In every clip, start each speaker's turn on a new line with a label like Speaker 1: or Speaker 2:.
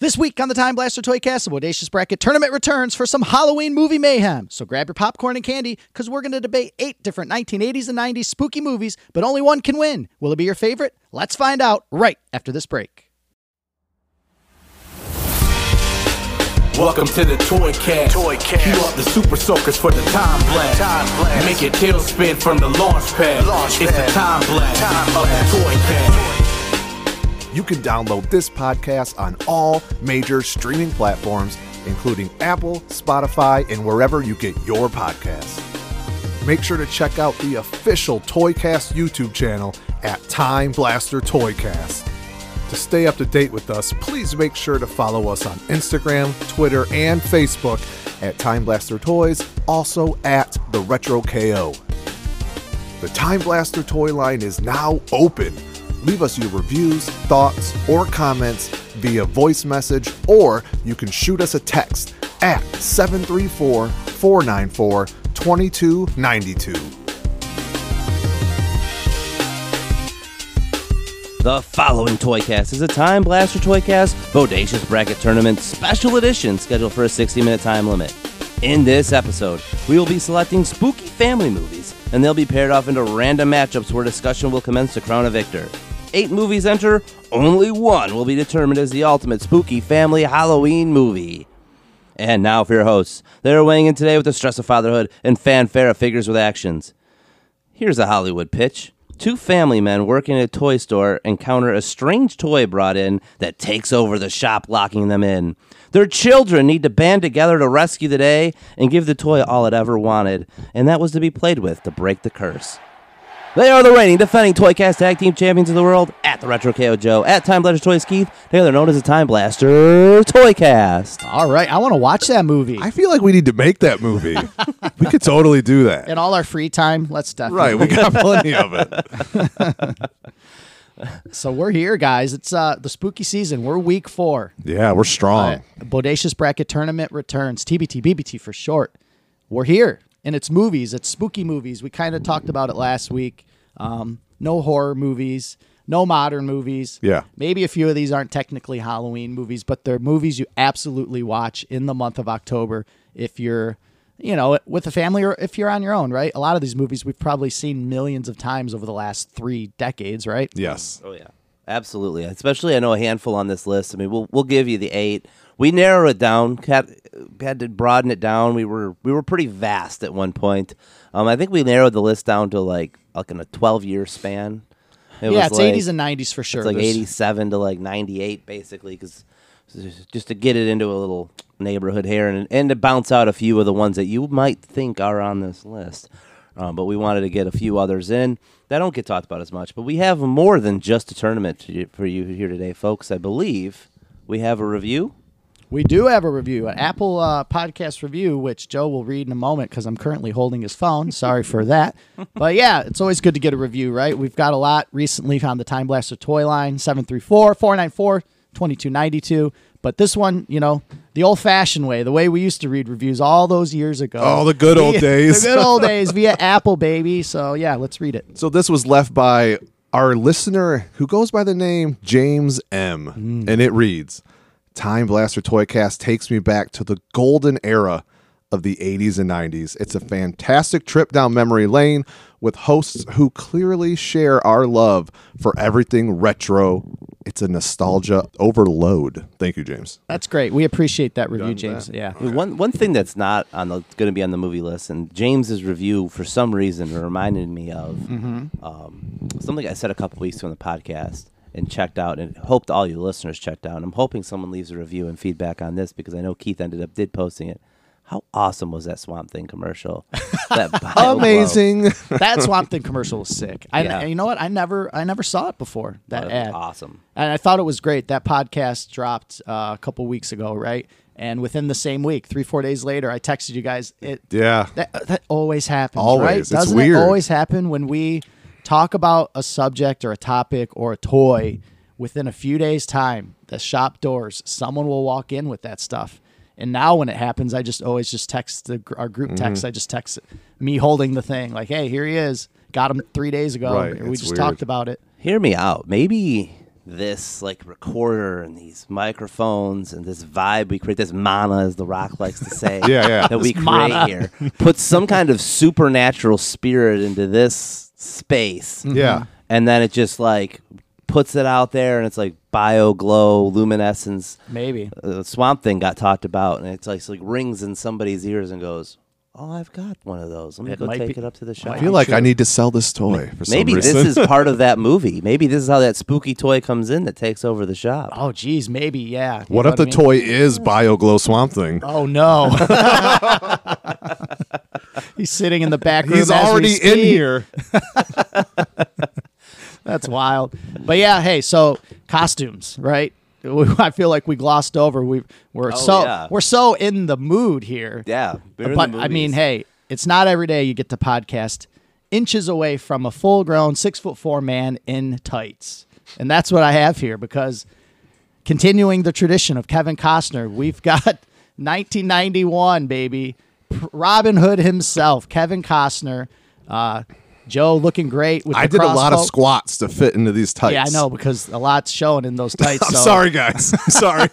Speaker 1: This week on the Time Blaster Toy Cast, the Bodacious Bracket Tournament returns for some Halloween movie mayhem. So grab your popcorn and candy because we're going to debate eight different 1980s and 90s spooky movies, but only one can win. Will it be your favorite? Let's find out right after this break.
Speaker 2: Welcome to the Toy Cat.
Speaker 3: Toy Cast.
Speaker 2: Cue up the super soakers for the time blast.
Speaker 3: Time blast.
Speaker 2: Make it tailspin from the launch pad.
Speaker 3: Launch
Speaker 2: it's
Speaker 3: pad.
Speaker 2: the time blast
Speaker 3: Time
Speaker 2: of the Toy Cat.
Speaker 4: You can download this podcast on all major streaming platforms, including Apple, Spotify, and wherever you get your podcasts. Make sure to check out the official Toycast YouTube channel at Time Blaster Toycast. To stay up to date with us, please make sure to follow us on Instagram, Twitter, and Facebook at Time Blaster Toys, also at The Retro KO. The Time Blaster toy line is now open. Leave us your reviews, thoughts, or comments via voice message, or you can shoot us a text at 734 494 2292.
Speaker 5: The following Toycast is a Time Blaster Toycast Bodacious Bracket Tournament Special Edition scheduled for a 60 minute time limit. In this episode, we will be selecting spooky family movies, and they'll be paired off into random matchups where discussion will commence to crown a victor. Eight movies enter, only one will be determined as the ultimate spooky family Halloween movie. And now for your hosts. They're weighing in today with the stress of fatherhood and fanfare of figures with actions. Here's a Hollywood pitch. Two family men working at a toy store encounter a strange toy brought in that takes over the shop, locking them in. Their children need to band together to rescue the day and give the toy all it ever wanted, and that was to be played with to break the curse. They are the reigning, defending Toycast Tag Team Champions of the World at the Retro KO Joe, at Time Blaster Toys Keith. They are known as the Time Blaster Toycast.
Speaker 1: All right, I want to watch that movie.
Speaker 4: I feel like we need to make that movie. we could totally do that.
Speaker 1: In all our free time, let's definitely.
Speaker 4: Right, we got plenty of it.
Speaker 1: So we're here, guys. It's uh, the spooky season. We're week four.
Speaker 4: Yeah, we're strong.
Speaker 1: Um, Bodacious Bracket Tournament returns, TBT, BBT for short. We're here, and it's movies. It's spooky movies. We kind of talked about it last week. Um, no horror movies, no modern movies.
Speaker 4: Yeah.
Speaker 1: Maybe a few of these aren't technically Halloween movies, but they're movies you absolutely watch in the month of October if you're, you know, with a family or if you're on your own, right? A lot of these movies we've probably seen millions of times over the last three decades, right?
Speaker 4: Yes.
Speaker 5: Oh yeah, absolutely. Especially I know a handful on this list. I mean, we'll we'll give you the eight. We narrow it down. Had, had to broaden it down. We were we were pretty vast at one point. Um, I think we narrowed the list down to like like in a twelve year span. It
Speaker 1: yeah, it's
Speaker 5: was like-
Speaker 1: 80s and 90s for sure.
Speaker 5: It's like
Speaker 1: There's-
Speaker 5: eighty seven to like ninety eight basically because just to get it into a little neighborhood here and and to bounce out a few of the ones that you might think are on this list. Um, but we wanted to get a few others in that don't get talked about as much. But we have more than just a tournament to you, for you here today, folks. I believe we have a review.
Speaker 1: We do have a review, an Apple uh, podcast review, which Joe will read in a moment because I'm currently holding his phone. Sorry for that. But yeah, it's always good to get a review, right? We've got a lot recently on the Time Blaster toy line 734 494 2292. But this one, you know, the old fashioned way, the way we used to read reviews all those years ago.
Speaker 4: Oh, the good old
Speaker 1: Via-
Speaker 4: days.
Speaker 1: the good old days via Apple, baby. So yeah, let's read it.
Speaker 4: So this was left by our listener who goes by the name James M. And it reads Time Blaster Toycast takes me back to the golden era of the 80s and 90s. It's a fantastic trip down memory lane with hosts who clearly share our love for everything retro. It's a nostalgia overload. Thank you, James.
Speaker 1: That's great. We appreciate that review, James. Yeah.
Speaker 5: I mean, One one thing that's not on the going to be on the movie list, and James's review for some reason reminded me of um, something I said a couple weeks ago on the podcast and checked out, and hoped all you listeners checked out. And I'm hoping someone leaves a review and feedback on this because I know Keith ended up did posting it. How awesome was that Swamp Thing commercial? That bio glow.
Speaker 4: Amazing.
Speaker 1: that Swamp Thing commercial was sick. I
Speaker 5: Yeah.
Speaker 1: you know what? I never I never saw it before. That
Speaker 5: That was
Speaker 1: ad
Speaker 5: awesome.
Speaker 1: and I thought it was great. That podcast dropped uh, a couple weeks ago, right? And within the same week, three four days later, I texted you guys. It
Speaker 4: Yeah.
Speaker 1: that, that always happens.
Speaker 4: Always.
Speaker 1: right?
Speaker 4: It's
Speaker 1: doesn't
Speaker 4: weird.
Speaker 1: it always happen when we talk about a subject or a topic or a toy? Within a few days' time, the shop doors, someone will walk in with that stuff. And now, when it happens, I just always just text the, gr- our group text.
Speaker 4: Mm-hmm.
Speaker 1: I just text me holding the thing, like, "Hey, here he is. Got him three days ago.
Speaker 4: Right,
Speaker 1: we
Speaker 4: it's
Speaker 1: just
Speaker 4: weird.
Speaker 1: talked about it."
Speaker 5: Hear me out. Maybe this like recorder and these microphones and this vibe we create, this mana, as The Rock likes to say,
Speaker 6: Yeah, yeah.
Speaker 5: that we
Speaker 1: This
Speaker 5: create
Speaker 1: mana.
Speaker 5: here, puts some kind of supernatural spirit into this space
Speaker 1: Mm.
Speaker 6: Yeah.
Speaker 5: and then it just like puts it out there and it's like bio glow luminescence
Speaker 1: Maybe.
Speaker 5: uh, swamp thing got talked about and it's like, it's like rings in somebody's ears and goes oh i've got one of those let me
Speaker 1: It
Speaker 5: go
Speaker 1: might
Speaker 5: take
Speaker 1: be-
Speaker 5: it up to the shop
Speaker 1: might
Speaker 4: I feel
Speaker 1: I'm
Speaker 4: like
Speaker 1: sure.
Speaker 4: I need to sell this toy for some
Speaker 5: maybe this
Speaker 4: reason.
Speaker 5: is part of that movie maybe this is how that spooky toy comes in that takes over the shop
Speaker 1: Oh, geez, maybe. Yeah. You
Speaker 4: what
Speaker 1: know
Speaker 4: if the
Speaker 1: I mean?
Speaker 4: toy is BioGlow Swamp Thing?
Speaker 1: Oh no. He's sitting in the back room.
Speaker 4: He's
Speaker 1: as we
Speaker 4: already in
Speaker 1: speak.
Speaker 4: here.
Speaker 1: That's wild. But yeah, hey, so costumes, right? I feel like we glossed over. We we're so
Speaker 5: Oh, yeah.
Speaker 1: we're so in the mood here.
Speaker 5: yeah we're in the
Speaker 1: but I mean,
Speaker 5: movies.
Speaker 1: hey, it's not every day you get to podcast inches away from a full grown six foot four man in tights. And that's what I have here because continuing the tradition of Kevin Costner, we've got 1991, baby. P- Robin Hood himself, Kevin Costner. Uh, Joe looking great with
Speaker 4: I
Speaker 1: the
Speaker 4: did a lot of
Speaker 1: crossbow.
Speaker 4: squats to fit into these tights.
Speaker 1: Yeah, I know because a lot's showing in those tights.
Speaker 4: I'm
Speaker 1: so
Speaker 4: sorry, guys. sorry.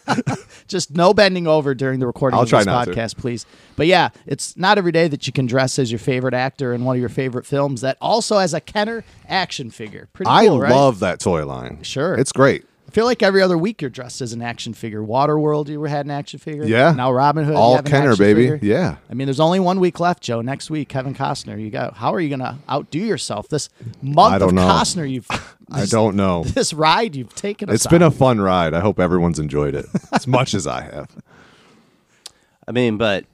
Speaker 1: just no bending over during the recording
Speaker 4: I'll
Speaker 1: of
Speaker 4: try
Speaker 1: this
Speaker 4: not to.
Speaker 1: podcast, please. But yeah, it's not every day that you can dress as your favorite actor in one of your favorite films that also has a Kenner action figure. Pretty
Speaker 4: I
Speaker 1: cool, right?
Speaker 4: love that toy line.
Speaker 1: Sure.
Speaker 4: It's great.
Speaker 1: I feel like every other week you're dressed as an action figure. Waterworld, you had an action figure.
Speaker 4: Yeah.
Speaker 1: Now Robin Hood. you
Speaker 4: All
Speaker 1: have an
Speaker 4: Kenner,
Speaker 1: action
Speaker 4: baby.
Speaker 1: figure.
Speaker 4: Yeah.
Speaker 1: I mean, there's only one week left, Joe. Next week, Kevin Costner. You got. How are you gonna outdo yourself this month
Speaker 4: I don't
Speaker 1: of
Speaker 4: know.
Speaker 1: Costner? You've.
Speaker 4: I don't know.
Speaker 1: This ride you've taken.
Speaker 4: It's
Speaker 1: us
Speaker 4: been
Speaker 1: on.
Speaker 4: a fun ride. I hope everyone's enjoyed it as much as I have.
Speaker 5: I mean, but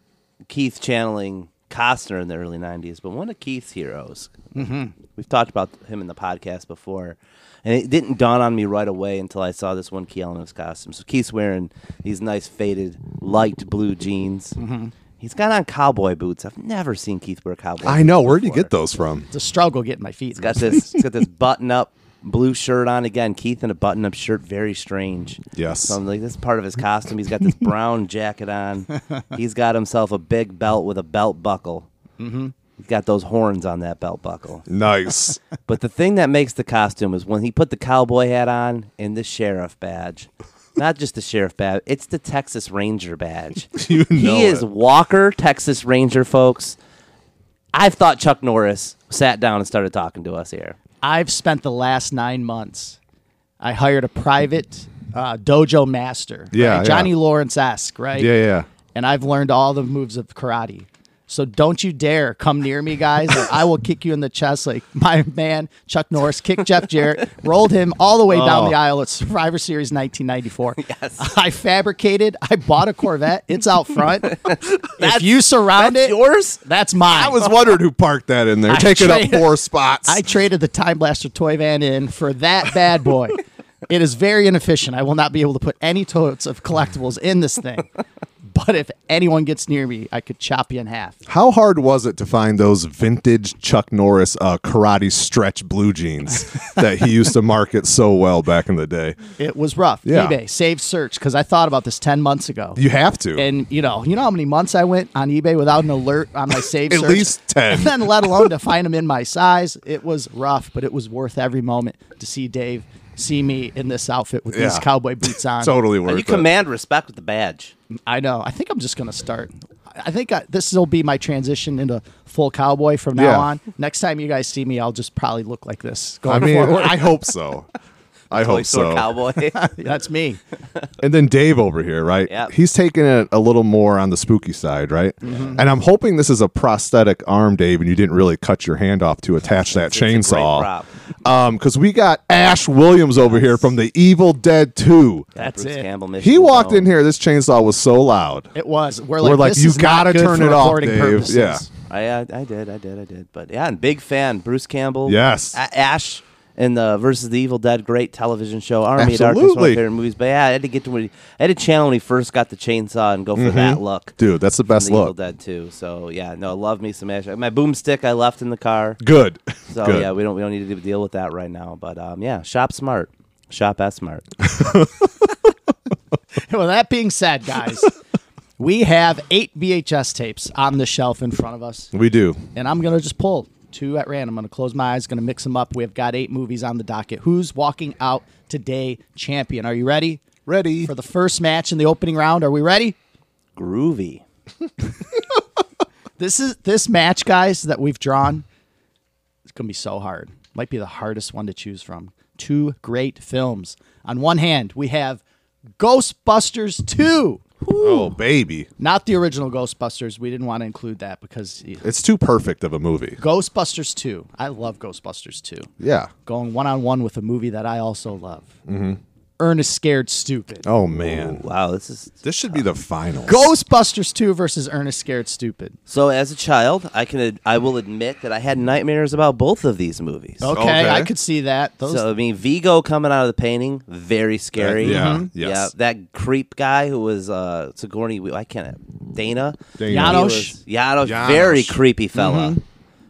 Speaker 5: Keith channeling Costner in the early '90s, but one of Keith's heroes. Mm-hmm. We've talked about him in the podcast before, and it didn't dawn on me right away until I saw this one key element of his costume. So Keith's wearing these nice faded light blue jeans. Mm-hmm. He's got on cowboy boots. I've never seen Keith wear cowboy.
Speaker 4: I
Speaker 5: boots
Speaker 4: know. Where do you
Speaker 5: before.
Speaker 4: get those from?
Speaker 1: It's a struggle getting my feet.
Speaker 5: He's got this. he's got this button-up blue shirt on again. Keith in a button-up shirt, very strange.
Speaker 4: Yes.
Speaker 5: So I'm like, this is part of his costume. He's got this brown jacket on. He's got himself a big belt with a belt buckle. Mm-hmm. He's got those horns on that belt buckle.
Speaker 4: Nice.
Speaker 5: But the thing that makes the costume is when he put the cowboy hat on and the sheriff badge. Not just the sheriff badge, it's the Texas Ranger badge.
Speaker 4: You know
Speaker 5: he is
Speaker 4: it.
Speaker 5: Walker, Texas Ranger, folks. I thought Chuck Norris sat down and started talking to us here.
Speaker 1: I've spent the last nine months. I hired a private uh, dojo master, right?
Speaker 4: Yeah, yeah.
Speaker 1: Johnny Lawrence esque, right?
Speaker 4: Yeah, yeah.
Speaker 1: And I've learned all the moves of karate. So don't you dare come near me, guys. or I will kick you in the chest like my man Chuck Norris kicked Jeff Jarrett, rolled him all the way down the
Speaker 4: Oh.
Speaker 1: aisle at Survivor Series 1994. Yes. I fabricated. I bought a Corvette. It's out front. if you surround
Speaker 5: that's
Speaker 1: it,
Speaker 5: yours?
Speaker 1: That's mine.
Speaker 4: I was wondering who parked that in there,
Speaker 1: I
Speaker 4: taking up
Speaker 1: traded-
Speaker 4: four spots.
Speaker 1: I traded the Time Blaster toy van in for that bad boy. it is very inefficient. I will not be able to put any totes of collectibles in this thing. But if anyone gets near me, I could chop you in half.
Speaker 4: How hard was it to find those vintage Chuck Norris uh, karate stretch blue jeans that he used to market so well back in the day?
Speaker 1: It was rough.
Speaker 4: Yeah.
Speaker 1: eBay, save search, because I thought about this 10 months ago.
Speaker 4: You have to.
Speaker 1: and you know, you know how many months I went on eBay without an alert on my save
Speaker 4: At
Speaker 1: search?
Speaker 4: least 10.
Speaker 1: And then let alone to find them in my size. It was rough, but it was worth every moment to see Dave see me in this outfit with these
Speaker 4: Yeah.
Speaker 1: cowboy boots on.
Speaker 4: totally worth
Speaker 5: And you
Speaker 4: it.
Speaker 5: command respect with the badge.
Speaker 1: I know. I think I'm just gonna start. I think I, this will be my transition into full cowboy from now
Speaker 4: Yeah.
Speaker 1: on. Next time you guys see me, I'll just probably look like this.
Speaker 4: I
Speaker 1: Going
Speaker 4: mean,
Speaker 1: forward.
Speaker 4: I hope so. I hope
Speaker 5: Toy Store
Speaker 4: so.
Speaker 5: Cowboy.
Speaker 1: that's me.
Speaker 4: And then Dave over here, right?
Speaker 5: Yep.
Speaker 4: He's taking it a little more on the spooky side, right?
Speaker 5: Mm-hmm.
Speaker 4: And I'm hoping this is a prosthetic arm, Dave, and you didn't really cut your hand off to attach that
Speaker 5: It's a great
Speaker 4: chainsaw.
Speaker 5: prop.
Speaker 4: Because we got Ash Williams over here from The Evil Dead 2.
Speaker 1: That's
Speaker 5: Bruce
Speaker 1: it.
Speaker 5: Campbell, Mission
Speaker 4: He walked
Speaker 5: Zone.
Speaker 4: in here. This chainsaw was so loud.
Speaker 1: It was. We're like,
Speaker 4: We're like,
Speaker 1: this
Speaker 4: you
Speaker 1: is not
Speaker 4: gotta
Speaker 1: good
Speaker 4: turn
Speaker 1: for
Speaker 4: it off,
Speaker 1: recording
Speaker 4: Dave.
Speaker 1: purposes.
Speaker 4: Yeah.
Speaker 5: I, I I did, I did, I did. But yeah, and big fan, Bruce Campbell.
Speaker 4: Yes.
Speaker 5: A- Ash in the versus the Evil Dead, great television show. Army of Darkness, one of my
Speaker 4: Absolutely.
Speaker 5: favorite movies. But yeah, I had to get to when he, I had to channel when he first got the chainsaw and go for that look.
Speaker 4: Dude, that's Mm-hmm. the
Speaker 5: from
Speaker 4: best
Speaker 5: the Evil
Speaker 4: look.
Speaker 5: Dead too. So yeah, no, love me some Ash. My boomstick I left in the car.
Speaker 4: Good.
Speaker 5: So
Speaker 4: Good.
Speaker 5: yeah, we don't we don't need to deal with that right now. But um, yeah, shop smart, shop as smart.
Speaker 1: well, that being said, guys, we have eight VHS tapes on the shelf in front of us,
Speaker 4: We do.
Speaker 1: and I'm gonna just pull two at random. I'm going to close my eyes, going to mix them up. We've got eight movies on the docket. Who's walking out today champion? Are you ready?
Speaker 4: Ready.
Speaker 1: For the first match in the opening round, are we ready?
Speaker 5: Groovy.
Speaker 1: This is this match, guys, that we've drawn. It's gonna be so hard. Might be the hardest one to choose from. Two great films. On one hand, we have Ghostbusters 2.
Speaker 4: oh, baby.
Speaker 1: Not the original Ghostbusters. We didn't want to include that because
Speaker 4: It's too perfect of a movie.
Speaker 1: Ghostbusters 2. I love Ghostbusters 2.
Speaker 4: Yeah.
Speaker 1: Going one on one with a movie that I also love. Mm-hmm. Ernest Scared Stupid.
Speaker 4: Oh, man.
Speaker 5: Wow, this is
Speaker 4: This should be the final.
Speaker 1: Ghostbusters 2 versus Ernest Scared Stupid.
Speaker 5: so. As a child, I can I will admit that I had nightmares about both of these movies.
Speaker 1: Okay,
Speaker 4: Okay.
Speaker 1: I could see that. Oh, Those
Speaker 5: So I mean, Vigo coming out of the painting, very scary.
Speaker 4: yeah, Mhm.
Speaker 1: Mm-hmm.
Speaker 4: yes.
Speaker 5: Yeah, that creep guy who was uh, Sigourney. Whe- I can't. Dana.
Speaker 4: Dana.
Speaker 5: He
Speaker 1: Janos.
Speaker 5: was- Janos,
Speaker 4: Janos.
Speaker 5: very
Speaker 1: Mm-hmm.
Speaker 5: creepy fella.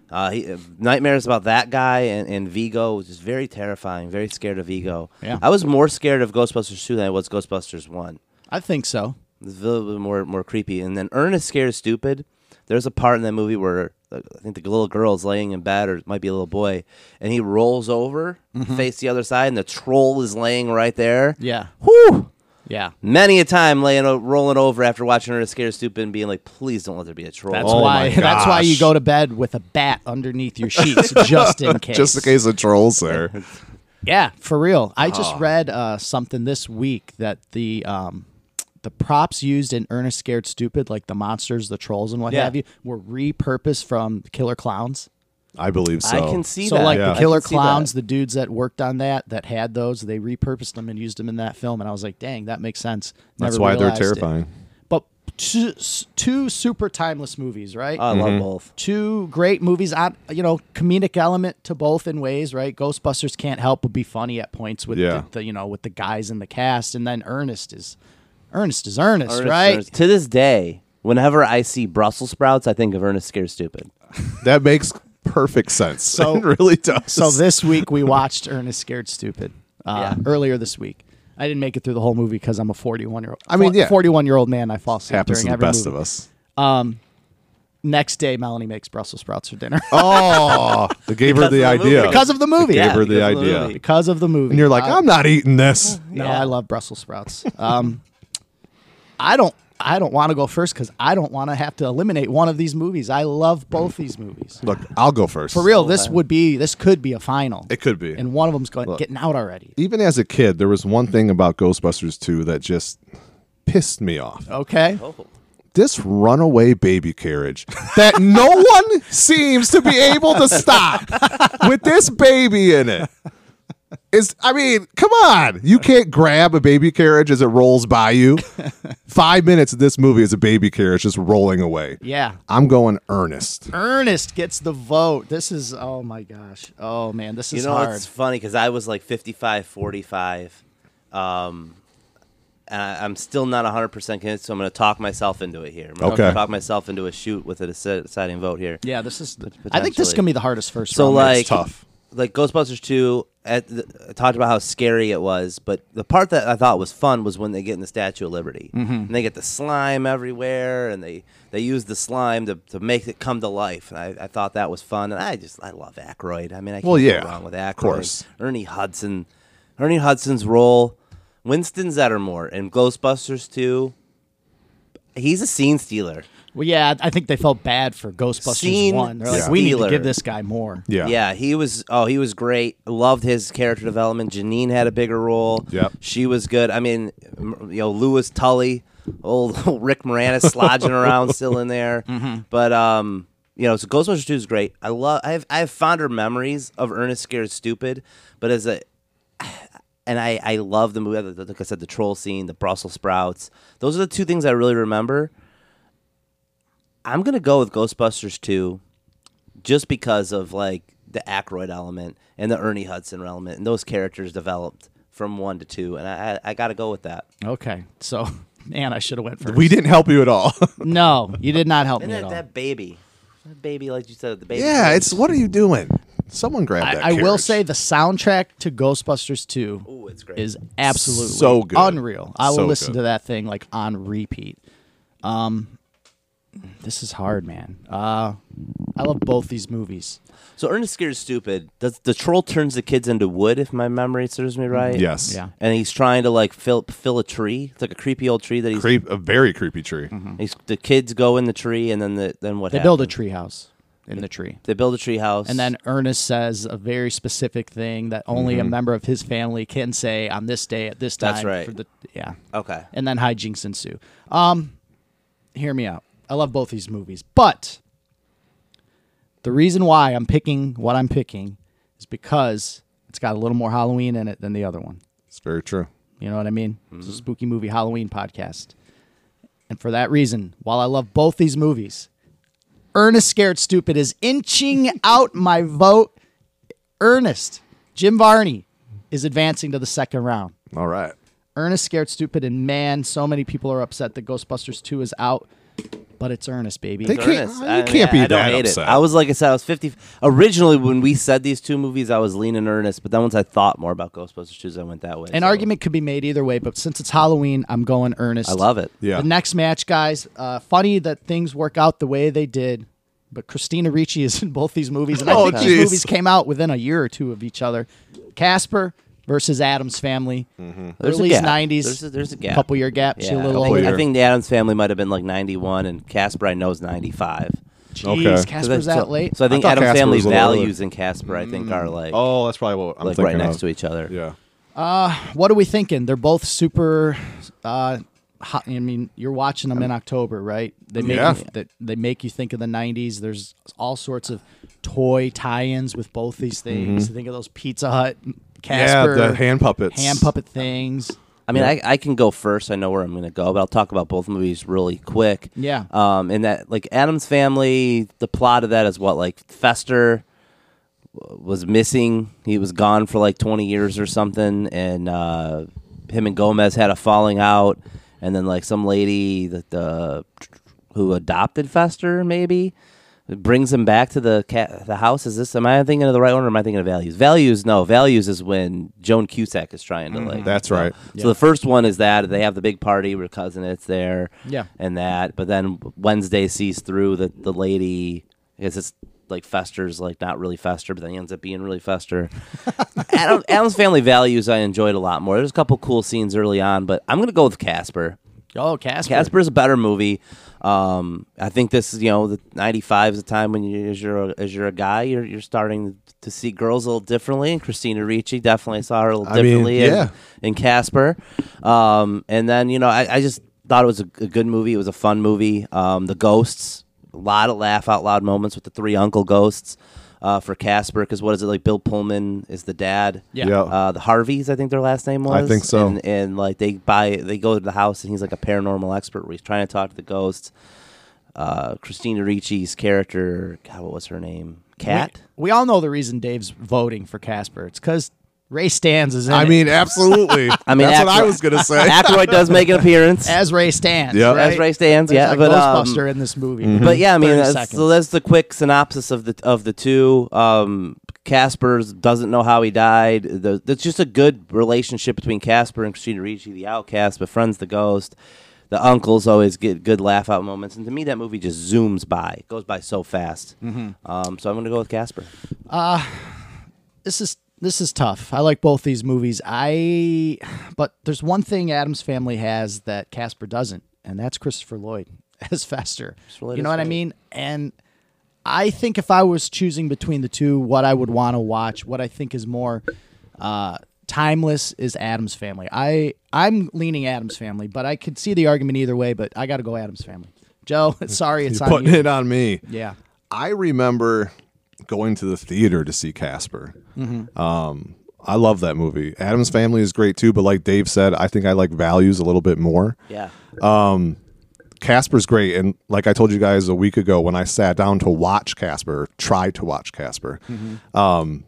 Speaker 5: Uh, he, uh, nightmares about that guy and, and Vigo was just very terrifying. Very scared of Vigo.
Speaker 1: Yeah.
Speaker 5: I was more scared of Ghostbusters two than I was Ghostbusters one.
Speaker 1: I think so.
Speaker 5: It's a little bit more more creepy. And then Ernest scares stupid. There's a part in that movie where uh, I think the little girl's laying in bed, or it might be a little boy, and he rolls over, face the other side, and the troll is laying right there.
Speaker 1: Yeah.
Speaker 5: Whew!
Speaker 1: Yeah.
Speaker 5: Many a time laying o- rolling over after watching Ernest scares stupid and being like, please don't let there be a troll.
Speaker 1: That's
Speaker 4: Oh
Speaker 1: why.
Speaker 4: my
Speaker 1: That's why you
Speaker 4: gosh.
Speaker 1: go to bed with a bat underneath your sheets, just in case.
Speaker 4: Just in case Ah. of trolls there.
Speaker 1: Yeah, for real. I just read uh, something this week that the um, the props used in Ernest Scared Stupid, like the monsters, the trolls, and what
Speaker 5: Yeah.
Speaker 1: have you, were repurposed from Killer Clowns.
Speaker 4: I believe so.
Speaker 5: I can see
Speaker 1: so,
Speaker 5: that.
Speaker 1: like
Speaker 5: I
Speaker 1: the
Speaker 5: can
Speaker 1: Killer
Speaker 5: see that.
Speaker 1: Clowns, the dudes that worked on that, that had those, they repurposed them and used them in that film. And I was like, dang, that makes sense.
Speaker 4: That's
Speaker 1: Never
Speaker 4: why they're
Speaker 1: realized it.
Speaker 4: terrifying.
Speaker 1: But two, two super timeless movies, right?
Speaker 5: Oh, I love both.
Speaker 1: two great movies on you know comedic element to both in ways right ghostbusters can't help but be funny at points with
Speaker 4: Yeah.
Speaker 1: the, the you know with the guys in the cast and then ernest is ernest is ernest,
Speaker 5: Ernest
Speaker 1: right
Speaker 5: Scares- To this day, whenever I see Brussels sprouts, I think of Ernest scares stupid.
Speaker 4: That makes perfect sense.
Speaker 1: So-
Speaker 4: it really does.
Speaker 1: so this week we watched ernest scared stupid uh,
Speaker 5: Yeah.
Speaker 1: earlier this week i didn't make it through the whole movie because i'm a 41 year old i
Speaker 4: mean, yeah.
Speaker 1: 41 year old man i fall asleep
Speaker 4: happens to
Speaker 1: during
Speaker 4: the
Speaker 1: every
Speaker 4: best
Speaker 1: movie.
Speaker 4: of us.
Speaker 1: next day melanie makes brussels sprouts for dinner
Speaker 4: Oh, they gave her
Speaker 5: Because
Speaker 4: the
Speaker 5: of the movie.
Speaker 4: idea.
Speaker 1: because of the movie
Speaker 5: Yeah,
Speaker 4: gave her the
Speaker 5: because of the
Speaker 4: idea.
Speaker 5: movie.
Speaker 1: because of the movie
Speaker 4: And you're like,
Speaker 1: Uh,
Speaker 4: I'm not eating this.
Speaker 1: No,
Speaker 5: Yeah.
Speaker 1: I love Brussels sprouts. Um, I don't. I don't want to go first because I don't want to have to eliminate one of these movies. I love both these movies.
Speaker 4: Look, I'll go first.
Speaker 1: For real, this would be. This could be a final.
Speaker 4: It could be.
Speaker 1: And one of them's going getting out already.
Speaker 4: Even as a kid, there was one thing about Ghostbusters 2 that just pissed me off.
Speaker 1: Okay.
Speaker 5: Oh.
Speaker 4: This runaway baby carriage that no one seems to be able to stop with this baby in it. Is I mean, come on. You can't grab a baby carriage as it rolls by you. 5 minutes of this movie is a baby carriage just rolling away.
Speaker 1: Yeah.
Speaker 4: I'm going earnest.
Speaker 1: Ernest gets the vote. This is. Oh my gosh. Oh man. This
Speaker 5: You
Speaker 1: is
Speaker 5: know,
Speaker 1: hard.
Speaker 5: it's funny because I was like 55, 45. Um, and I, I'm still not 100% convinced, so I'm going to talk myself into it here. I'm gonna
Speaker 4: Okay.
Speaker 5: Talk myself into a shoot with a deci- deciding vote here.
Speaker 1: yeah. This is. I think this is
Speaker 5: potentially.
Speaker 1: gonna be the hardest first.
Speaker 5: So,
Speaker 1: round.
Speaker 5: like,
Speaker 4: It's tough.
Speaker 5: Like Ghostbusters 2, at the, I talked about how scary it was, but the part that I thought was fun was when they get in the Statue of Liberty.
Speaker 4: Mm-hmm.
Speaker 5: And they get the slime everywhere, and they, they use the slime to, to make it come to life. And I, I thought that was fun. And I just, I love Aykroyd. I mean, I can't
Speaker 4: Well, yeah,
Speaker 5: go wrong with
Speaker 4: of
Speaker 5: Aykroyd.
Speaker 4: course.
Speaker 5: Ernie Hudson. Ernie Hudson's role, Winston Zettermore in Ghostbusters 2. He's a scene stealer.
Speaker 1: well, yeah. I think they felt bad for Ghostbusters
Speaker 5: Scene
Speaker 1: one. They're like, we need to
Speaker 5: stealer.
Speaker 1: give this guy more.
Speaker 4: Yeah.
Speaker 5: Yeah, he was. Oh, he was great. Loved his character development. Janine had a bigger role.
Speaker 4: Yep.
Speaker 5: she was good. I mean, m- you know, Lewis Tully, old Rick Moranis slodging around, still in there.
Speaker 4: Mm-hmm.
Speaker 5: But um, you know, so Ghostbusters Two is great. I love. I have I have fonder memories of Ernest Scared Stupid, but as a and I, I love the movie. Like I said, the troll scene, the Brussels sprouts. Those are the two things I really remember. I'm gonna go with Ghostbusters 2, just because of like the Aykroyd element and the Ernie Hudson element, and those characters developed from one to two, and I I, I gotta go with that.
Speaker 1: Okay. So, man, I should have went first.
Speaker 4: We didn't help you at all.
Speaker 1: no, you did not help
Speaker 5: And
Speaker 1: me at
Speaker 5: that,
Speaker 1: all.
Speaker 5: that baby, that baby, like you said, the baby.
Speaker 4: yeah, it's what are you doing? Someone grab that.
Speaker 1: I, I will
Speaker 4: carriage.
Speaker 1: say the soundtrack to Ghostbusters 2
Speaker 5: Ooh, it's great.
Speaker 1: is absolutely
Speaker 4: So good.
Speaker 1: unreal. I will
Speaker 4: So
Speaker 1: listen
Speaker 4: good.
Speaker 1: to that thing like on repeat. Um This is hard, man. Uh, I love both these movies.
Speaker 5: So Ernest scares stupid. Does the troll turns the kids into wood? If my memory serves me right.
Speaker 4: Yes.
Speaker 1: Yeah.
Speaker 5: And he's trying to like fill fill a tree. It's like a creepy old tree that he's.
Speaker 4: Creep, a very creepy tree.
Speaker 1: Mm-hmm.
Speaker 5: he's the kids go in the tree, and then the, then what?
Speaker 1: They build a
Speaker 5: happens?
Speaker 1: treehouse in the tree.
Speaker 5: They build a tree house,
Speaker 1: And then Ernest says a very specific thing that only
Speaker 4: Mm-hmm.
Speaker 1: a member of his family can say on this day at this time.
Speaker 5: That's right.
Speaker 1: For the, yeah.
Speaker 5: okay.
Speaker 1: And then hijinks ensue. Um, hear me out. I love both these movies, but the reason why I'm picking what I'm picking is because it's got a little more Halloween in it than the other one.
Speaker 4: It's very true.
Speaker 1: You know what I mean? It's a spooky movie Halloween podcast. And for that reason, while I love both these movies, Ernest Scared Stupid is inching out my vote. Ernest, Jim Varney, is advancing to the second round.
Speaker 4: All right.
Speaker 1: Ernest Scared Stupid, and man, so many people are upset that Ghostbusters 2 is out, but it's Ernest, baby.
Speaker 4: They can't-
Speaker 5: Ernest,
Speaker 4: you
Speaker 5: I-
Speaker 4: can't be
Speaker 5: I don't
Speaker 4: that
Speaker 5: hate
Speaker 4: upset.
Speaker 5: It. I was like I said, I was fifty. Originally, when we said these two movies, I was leaning Ernest, but then once I thought more about Ghostbusters 2, I went that way.
Speaker 1: An
Speaker 5: so-
Speaker 1: argument could be made either way, but since it's Halloween, I'm going Ernest.
Speaker 5: I love it.
Speaker 4: Yeah.
Speaker 1: The next match, guys. Uh, funny that things work out the way they did, but Christina Ricci is in both these movies, and I
Speaker 4: Oh,
Speaker 1: think
Speaker 4: geez.
Speaker 1: these movies came out within a year or two of each other. Casper versus Adam's Family,
Speaker 4: Mm-hmm.
Speaker 5: There's a
Speaker 1: released
Speaker 5: gap.
Speaker 1: '90s.
Speaker 5: There's a- there's a gap.
Speaker 1: couple year gap. She a
Speaker 5: Yeah,
Speaker 1: little
Speaker 5: I,
Speaker 1: older.
Speaker 5: think, I think the Adams family might have been like 91, and Casper I know is 95.
Speaker 1: Jeez,
Speaker 4: Okay.
Speaker 1: Casper's
Speaker 5: so,
Speaker 1: that late.
Speaker 5: So I think
Speaker 4: I thought
Speaker 5: Adams
Speaker 4: Casper
Speaker 5: family
Speaker 4: was a little older.
Speaker 5: values and Casper I think are like
Speaker 4: Oh, that's probably what I'm
Speaker 5: like right
Speaker 4: thinking
Speaker 5: next
Speaker 4: of.
Speaker 5: to each other.
Speaker 4: Yeah.
Speaker 1: what are we thinking? They're both super. Uh, hot, I mean, you're watching them in October, right? They make
Speaker 4: Um, Yeah.
Speaker 1: you, that they make you think of the '90s. There's all sorts of toy tie-ins with both these things. Think of those Pizza Hut, mm, Casper,
Speaker 4: yeah, Mm-hmm. the hand puppets.
Speaker 1: hand puppet things.
Speaker 5: I mean, I, I can go first. I know where I'm going to go, but I'll talk about both movies really quick.
Speaker 1: Yeah.
Speaker 5: Um, and that like Adam's Family, the plot of that is what like Fester w- was missing. He was gone for like 20 years or something, and uh, him and Gomez had a falling out, and then like some lady that the who adopted Fester maybe brings him back to the ca- the house. Is this am I thinking of the right one or am I thinking of values? Values, no, values is when Joan Cusack is trying to like.
Speaker 4: Mm-hmm. That's right.
Speaker 5: So the first one is that they have the big party where cousin it's there.
Speaker 1: Yeah.
Speaker 5: And that, but then Wednesday sees through that the lady is it's like Fester's like not really Fester, but then he ends up being really Fester. Adam, Adam's family values I enjoyed a lot more. There's a couple cool scenes early on, but I'm gonna go with Casper.
Speaker 1: Oh, Casper.
Speaker 5: Casper is a better movie. Um, I think this is you know the '95 is the time when you as you're a, as you're a guy you're you're starting to see girls a little differently. And Christina Ricci definitely saw her a little
Speaker 4: mean,
Speaker 5: differently. in-
Speaker 4: yeah.
Speaker 5: in Casper. Um, and then you know I, I just thought it was a, a good movie. It was a fun movie. Um, the ghosts, a lot of laugh out loud moments with the three uncle ghosts. Uh, for Casper, because what is it like? Bill Pullman is the dad.
Speaker 1: Yeah.
Speaker 4: Yeah.
Speaker 5: Uh, the Harveys, I think their last name was.
Speaker 4: think so.
Speaker 5: And, and like they buy, they go to the house, and he's like a paranormal expert where he's trying to talk to the ghosts. Uh, Christina Ricci's character, God, what was her name? Cat.
Speaker 1: We, we all know the reason Dave's voting for Casper. It's because Ray Stans is in
Speaker 4: I
Speaker 1: it.
Speaker 4: mean, absolutely.
Speaker 5: I mean,
Speaker 4: that's what I
Speaker 5: Ackroyd-
Speaker 4: was gonna say.
Speaker 5: Ackroyd does make an appearance.
Speaker 1: as Ray Stans.
Speaker 4: Yeah. Mm-hmm.
Speaker 1: right?
Speaker 5: As Ray Stans,
Speaker 1: There's
Speaker 5: yeah,
Speaker 1: a
Speaker 5: but, um,
Speaker 1: Ghostbuster in this movie.
Speaker 5: But yeah, I mean,
Speaker 1: 30
Speaker 5: that's,
Speaker 1: seconds.
Speaker 5: so that's the quick synopsis of the of the two. Um, Casper doesn't know how he died. The, that's just a good relationship between Casper and Christina Ricci, the outcast, befriends the ghost. The uncles always get good laugh out moments, and to me, that movie just zooms by. It goes by so fast. Um, so I'm gonna go with Casper.
Speaker 1: this is this is tough. I like both these movies. I but there's one thing Adam's family has that Casper doesn't, and that's Christopher Lloyd as Fester.
Speaker 5: Lloyd
Speaker 1: You know
Speaker 5: is
Speaker 1: what I
Speaker 5: great.
Speaker 1: mean? And I think if I was choosing between the two, what I would want to watch, what I think is more uh, timeless, is Adam's Family. I I'm leaning Adam's Family, but I could see the argument either way. But I got to go Adam's Family. Joe, sorry, it's on
Speaker 4: Putting
Speaker 1: you.
Speaker 4: it on me.
Speaker 1: Yeah,
Speaker 4: I remember going to the theater to see Casper. Um, I love that movie. Adam's Family is great too, but like Dave said, I think I like values a little bit more.
Speaker 5: Yeah,
Speaker 4: Casper's great, and like I told you guys a week ago when I sat down to watch Casper, tried to watch Casper, um,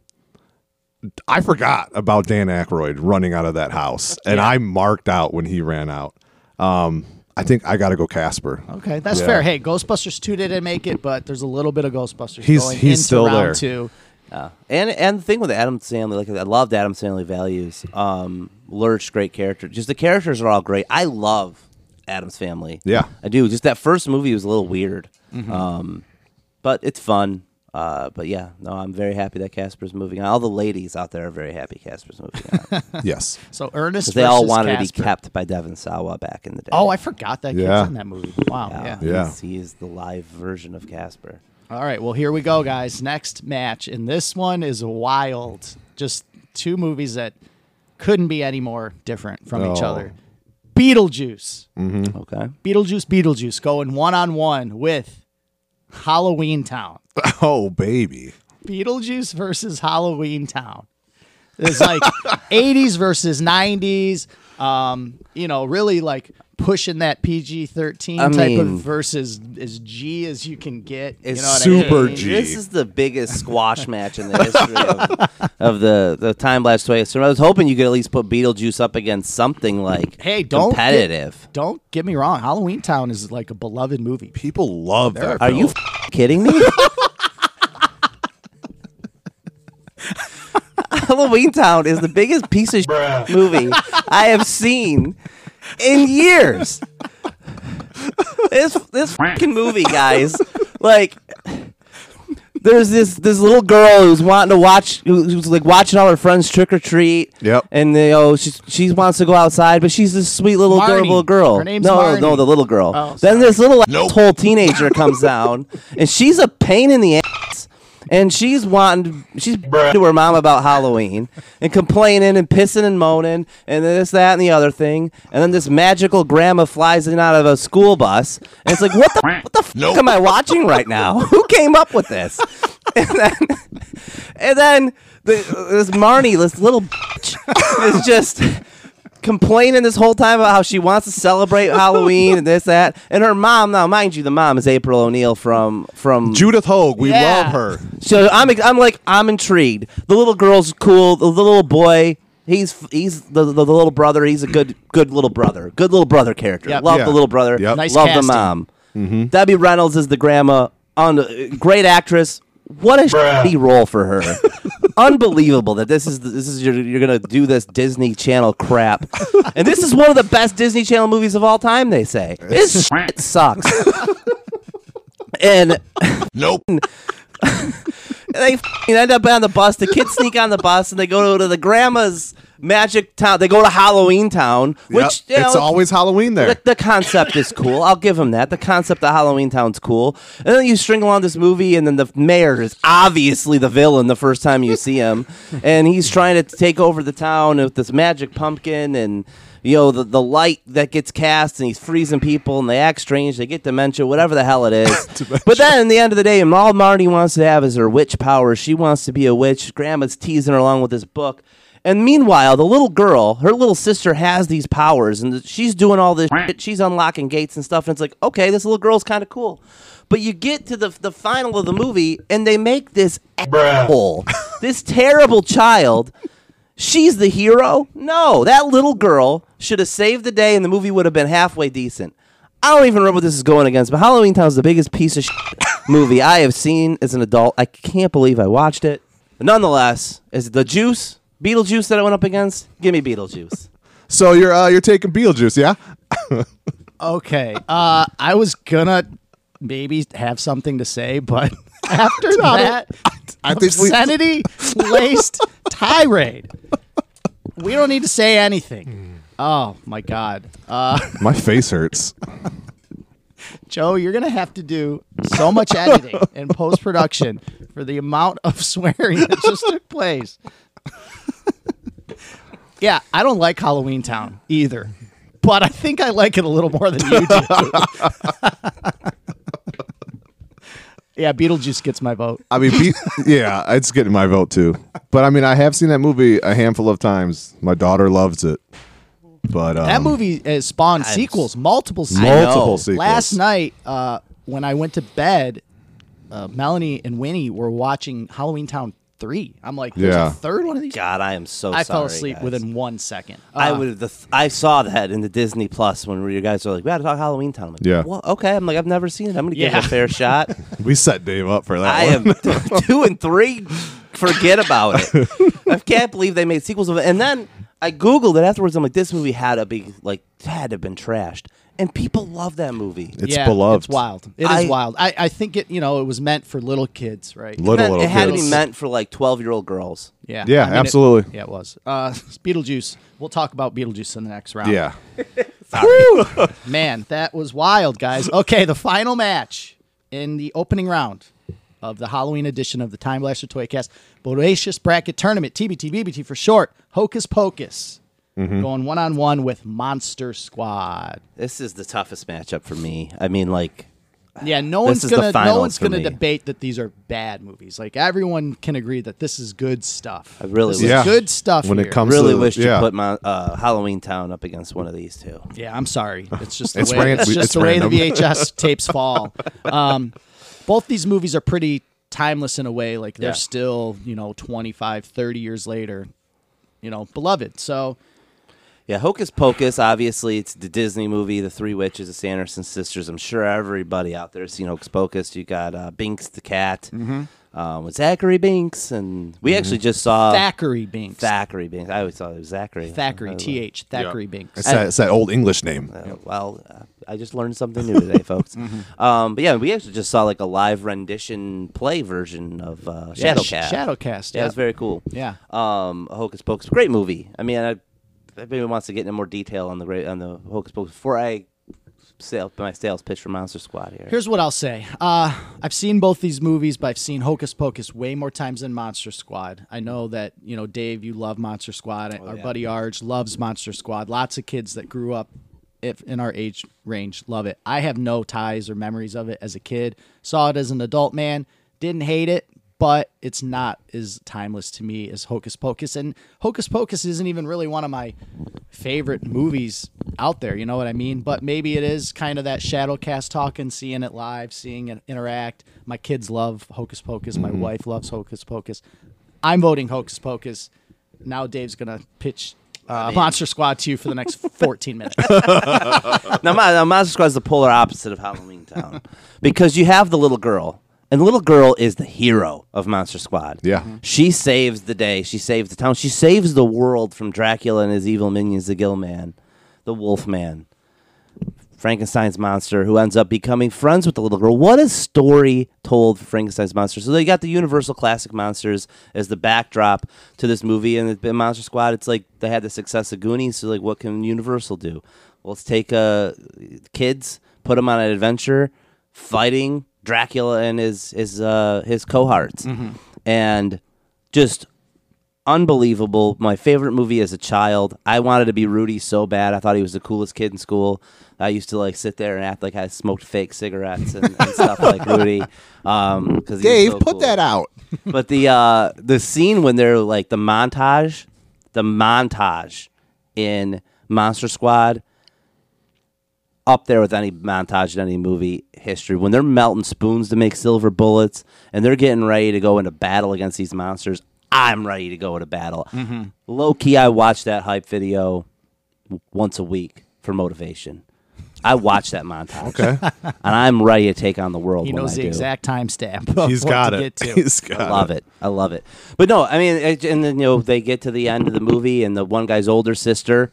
Speaker 4: I forgot about Dan Aykroyd running out of that house, and I marked out when he ran out. Um, I think I got to go Casper.
Speaker 1: Okay, that's fair. Hey, Ghostbusters two didn't make it, but there's a little bit of Ghostbusters
Speaker 4: He's-
Speaker 1: going
Speaker 4: he's
Speaker 1: into
Speaker 4: still
Speaker 1: round
Speaker 4: there.
Speaker 1: two.
Speaker 5: and and the thing with Adam Sandler, like I loved Adam Sandler values. Um, Lurch, great character. Just the characters are all great. I love Adam's Family.
Speaker 4: Yeah.
Speaker 5: I do. Just that first movie was a little weird, um, but it's fun. Uh, but yeah, no, I'm very happy that Casper's moving on. All the ladies out there are very happy Casper's moving on because
Speaker 4: Yes.
Speaker 1: So Ernest
Speaker 5: they all
Speaker 1: versus
Speaker 5: wanted to
Speaker 1: Casper.
Speaker 5: be kept by Devon Sawa back in the day.
Speaker 1: Oh, I forgot that kid's
Speaker 4: Yeah.
Speaker 1: in that movie. Wow. Yeah.
Speaker 4: Yeah.
Speaker 5: he's- he is the live version of Casper.
Speaker 1: All right. Well, here we go, guys. Next match, and this one is wild. Just two movies that couldn't be any more different from each
Speaker 4: No.
Speaker 1: other. Beetlejuice,
Speaker 5: Okay,
Speaker 1: Beetlejuice, Beetlejuice, going one on one with Halloween Town.
Speaker 4: Oh baby.
Speaker 1: Beetlejuice versus Halloween Town. It's like 80s versus 90s. Um, you know, really like pushing that PG 13
Speaker 5: I
Speaker 1: type
Speaker 5: mean-
Speaker 1: of versus as G as you can get.
Speaker 5: It's
Speaker 1: you know what I
Speaker 4: super
Speaker 1: mean?
Speaker 4: G.
Speaker 5: This is the biggest squash match in the history of, of the the time blast way. So I was hoping you could at least put Beetlejuice up against something like
Speaker 1: Hey, don't get-
Speaker 5: competitive.
Speaker 1: Don't get me wrong. Halloween Town is like a beloved movie.
Speaker 4: People love that.
Speaker 5: Are you
Speaker 4: film.
Speaker 5: f- kidding me? Halloween Town is the biggest piece of shit movie I have seen in years. This this fucking movie, guys. Like, there's this this little girl who's wanting to watch, who- who's like watching all her friends trick or treat.
Speaker 4: Yep.
Speaker 5: And they oh she she wants to go outside, but she's this sweet little
Speaker 1: Marnie.
Speaker 5: adorable girl.
Speaker 1: Her name's
Speaker 5: no, no,
Speaker 1: Marnie.
Speaker 5: the little girl.
Speaker 1: Oh,
Speaker 5: then this little asshole teenager comes down, and she's a pain in the ass. And she's wanting, she's to her mom about Halloween and complaining and pissing and moaning and this, that, and the other thing. And then this magical grandma flies in out of a school bus. And it's like, what the, what the fuck am I watching right now? Who came up with this? And then, and then the, this Marnie, this little bitch, is just complaining this whole time about how she wants to celebrate Halloween and this that. And her mom, now mind you, the mom is April O'Neil from from.
Speaker 4: Judith Hogue, we
Speaker 1: Yeah.
Speaker 4: love her.
Speaker 5: so I'm I'm like I'm intrigued. The little girl's cool. The little boy. He's he's the, the, the little brother. He's a good good little brother. Good little brother character.
Speaker 1: Yep.
Speaker 5: Love
Speaker 4: Yeah.
Speaker 5: the little brother.
Speaker 4: Yep. Mm-hmm.
Speaker 1: Nice
Speaker 5: Love
Speaker 1: casting.
Speaker 5: the mom. Debbie Reynolds is the grandma. On uh, great actress. What a shitty role for her. Unbelievable that this is this is you're, you're gonna do this Disney Channel crap, and this is one of the best Disney Channel movies of all time. They say this shit sucks. and
Speaker 4: Nope.
Speaker 5: they f***ing end up on the bus. The kids sneak on the bus and they go to the grandma's magic town. They go to Halloween Town, which
Speaker 4: Yep.
Speaker 5: you
Speaker 4: it's
Speaker 5: know,
Speaker 4: always Halloween there.
Speaker 5: the, the concept is cool. I'll give him that. The concept of Halloween Town's cool. And then you string along this movie, and then the mayor is obviously the villain the first time you see him, and he's trying to take over the town with this magic pumpkin and. You know, the, the light that gets cast and he's freezing people and they act strange, they get dementia, whatever the hell it is. but then, in the end of the day, and all Marnie wants to have is her witch power. She wants to be a witch. Grandma's teasing her along with this book. And meanwhile, the little girl, her little sister, has these powers, and she's doing all this. Shit. She's unlocking gates and stuff. And it's like, okay, this little girl's kind of cool. But you get to the the final of the movie, and they make this asshole, this terrible child. She's the hero. No, that little girl should have saved the day, and the movie would have been halfway decent. I don't even remember what this is going against, but Halloween Town is the biggest piece of shit movie I have seen as an adult. I can't believe I watched it. Nonetheless, is the juice Beetlejuice that I went up against? Give me Beetlejuice.
Speaker 4: so you're uh, you're taking Beetlejuice, yeah?
Speaker 1: Okay. Uh, I was gonna maybe have something to say, but after that
Speaker 4: I think we
Speaker 1: obscenity laced tirade, we don't need to say
Speaker 4: Hmm.
Speaker 1: anything. Oh my God, uh,
Speaker 4: my face hurts.
Speaker 1: Joe, you're gonna have to do so much editing and post production for the amount of swearing that just took place. yeah, I don't like Halloween Town either, but I think I like it a little more than you do. yeah, Beetlejuice gets my vote.
Speaker 4: I mean, Be- yeah, it's getting my vote too. But I mean, I have seen that movie a handful of times. My daughter loves it. But um,
Speaker 1: That movie has spawned
Speaker 5: I'm s-
Speaker 1: sequels, multiple sequels.
Speaker 4: multiple sequels.
Speaker 1: Last night, uh, when I went to bed, uh, Melanie and Winnie were watching Halloween Town 3. I'm like, there's
Speaker 4: Yeah.
Speaker 1: a third one of these?
Speaker 5: God, I am so.
Speaker 1: I fell
Speaker 5: sorry,
Speaker 1: asleep
Speaker 5: guys.
Speaker 1: within one second.
Speaker 5: I
Speaker 1: Uh,
Speaker 5: would. The th- I saw that in the Disney Plus when you guys were like, "We got to talk Halloween Town." I'm like,
Speaker 4: Yeah.
Speaker 5: Well, okay. I'm like, I've never seen it. I'm gonna give it
Speaker 1: Yeah.
Speaker 5: a fair shot.
Speaker 4: we set Dave up for that.
Speaker 5: I
Speaker 4: one.
Speaker 5: am two and three. Forget about it. I can't believe they made sequels of it. And then I googled it afterwards. I'm like, this movie had to be like had to have been trashed. and people love that movie.
Speaker 4: It's
Speaker 1: yeah,
Speaker 4: beloved.
Speaker 1: It's wild. It is
Speaker 5: I-
Speaker 1: wild. I, I think it. You know, it was meant for little kids, right?
Speaker 4: Little
Speaker 5: Meant-
Speaker 4: little
Speaker 5: it had to
Speaker 4: kids.
Speaker 5: be meant for like twelve year old girls.
Speaker 1: Yeah.
Speaker 4: Yeah,
Speaker 1: I mean, it-
Speaker 4: absolutely.
Speaker 1: yeah, it was. Uh, Beetlejuice. We'll talk about Beetlejuice in the next round.
Speaker 4: Yeah.
Speaker 1: Man, that was wild, guys. Okay, the final match in the opening round of the Halloween edition of the Time Blaster Toycast Bodacious Bracket Tournament, TBTBBT for short, Hocus Pocus,
Speaker 5: Mm-hmm.
Speaker 1: going one on one with Monster Squad.
Speaker 5: This is the toughest matchup for me. I mean, like
Speaker 1: Yeah, no
Speaker 5: This
Speaker 1: one's
Speaker 5: is the
Speaker 1: gonna no
Speaker 5: finals
Speaker 1: one's
Speaker 5: for
Speaker 1: gonna
Speaker 5: me.
Speaker 1: debate that these are bad movies. Like everyone can agree that this is good stuff.
Speaker 5: I really
Speaker 1: This
Speaker 5: wish-
Speaker 1: is
Speaker 4: Yeah.
Speaker 1: good stuff.
Speaker 4: When it
Speaker 1: here.
Speaker 4: comes-
Speaker 5: really
Speaker 4: So,
Speaker 5: wish
Speaker 4: yeah.
Speaker 5: you put my uh, Halloween Town up against one of these two.
Speaker 1: Yeah, I'm sorry. It's just the
Speaker 4: It's
Speaker 1: way,
Speaker 4: ran-
Speaker 1: it's
Speaker 4: we-
Speaker 1: just
Speaker 4: it's
Speaker 1: the, way the
Speaker 4: random.
Speaker 1: VHS tapes fall. Um, both these movies are pretty timeless in a way. Like they're
Speaker 5: Yeah.
Speaker 1: still, you know, 25, 30 years later, you know, beloved. So
Speaker 5: Yeah, Hocus Pocus. Obviously, it's the Disney movie, The Three Witches, The Sanderson Sisters. I'm sure everybody out there has seen Hocus Pocus. You got uh, Binks the cat
Speaker 1: Mm-hmm.
Speaker 5: um, with Zachary Binks, and we actually just saw
Speaker 1: Thackeray Binks.
Speaker 5: Thackeray Binks. I always thought it was Zachary.
Speaker 1: Thackeray,
Speaker 5: Uh,
Speaker 1: TH, Thackeray Binks.
Speaker 4: It's, that, it's that old English name.
Speaker 5: uh, well, uh, I just learned something new today, folks.
Speaker 1: Mm-hmm.
Speaker 5: um, but yeah, we actually just saw like a live rendition play version of uh,
Speaker 1: Yeah,
Speaker 5: Shadowcast.
Speaker 1: Sh- Shadowcast,
Speaker 5: Yeah,
Speaker 1: yeah.
Speaker 5: it's very cool.
Speaker 1: Yeah.
Speaker 5: Um, Hocus Pocus, great movie. I mean, I, if anybody wants to get into more detail on the great on the Hocus Pocus before I sell my sales pitch for Monster Squad here.
Speaker 1: Here's what I'll say. Uh, I've seen both these movies, but I've seen Hocus Pocus way more times than Monster Squad. I know that, you know, Dave, you love Monster Squad. our buddy Arj loves Monster Squad. Lots of kids that grew up if in our age range love it. I have no ties or memories of it as a kid. Saw it as an adult man. Didn't hate it, but it's not as timeless to me as Hocus Pocus. And Hocus Pocus isn't even really one of my favorite movies out there. You know what I mean? But maybe it is kind of that shadowcast talking, seeing it live, seeing it interact. My kids love Hocus Pocus. My
Speaker 4: Mm-hmm.
Speaker 1: wife loves Hocus Pocus. I'm voting Hocus Pocus. Now Dave's gonna pitch. Uh, Monster Squad to you for the next 14 minutes.
Speaker 5: now, Mon- now, Monster Squad is the polar opposite of Halloween Town because you have the little girl, and the little girl is the hero of Monster Squad.
Speaker 4: Yeah. Mhm.
Speaker 5: she saves the day, she saves the town, she saves the world from Dracula and his evil minions, the Gill Man, the Wolf Man, Frankenstein's monster, who ends up becoming friends with the little girl. What a story told for Frankenstein's monster! So they got the Universal classic monsters as the backdrop to this movie, and the Monster Squad. It's like they had the success of Goonies, so like, what can Universal do? Well, let's take uh, kids, put them on an adventure, fighting Dracula and his his uh, his cohorts, and just unbelievable. My favorite movie as a child. I wanted to be Rudy so bad. I thought he was the coolest kid in school. I used to like sit there and act like I smoked fake cigarettes and, and stuff like Rudy. Um, cause he was
Speaker 4: Dave,
Speaker 5: so
Speaker 4: put
Speaker 5: cool.
Speaker 4: that out.
Speaker 5: But the uh, the scene when they're like the montage, the montage in Monster Squad, up there with any montage in any movie history. When they're melting spoons to make silver bullets and they're getting ready to go into battle against these monsters, I'm ready to go into battle.
Speaker 1: Mm-hmm.
Speaker 5: Low key, I watch that hype video w- once a week for motivation. I watch that montage,
Speaker 4: Okay.
Speaker 5: and I'm ready to take on the world.
Speaker 1: He
Speaker 5: when
Speaker 1: knows
Speaker 5: I
Speaker 1: the
Speaker 5: do.
Speaker 1: exact timestamp. of
Speaker 4: He's
Speaker 1: what
Speaker 4: got
Speaker 1: to Get
Speaker 4: it.
Speaker 1: to.
Speaker 4: He's got
Speaker 5: I love it. I love it. But no, I mean, it- and then you know they get to the end of the movie, and the one guy's older sister,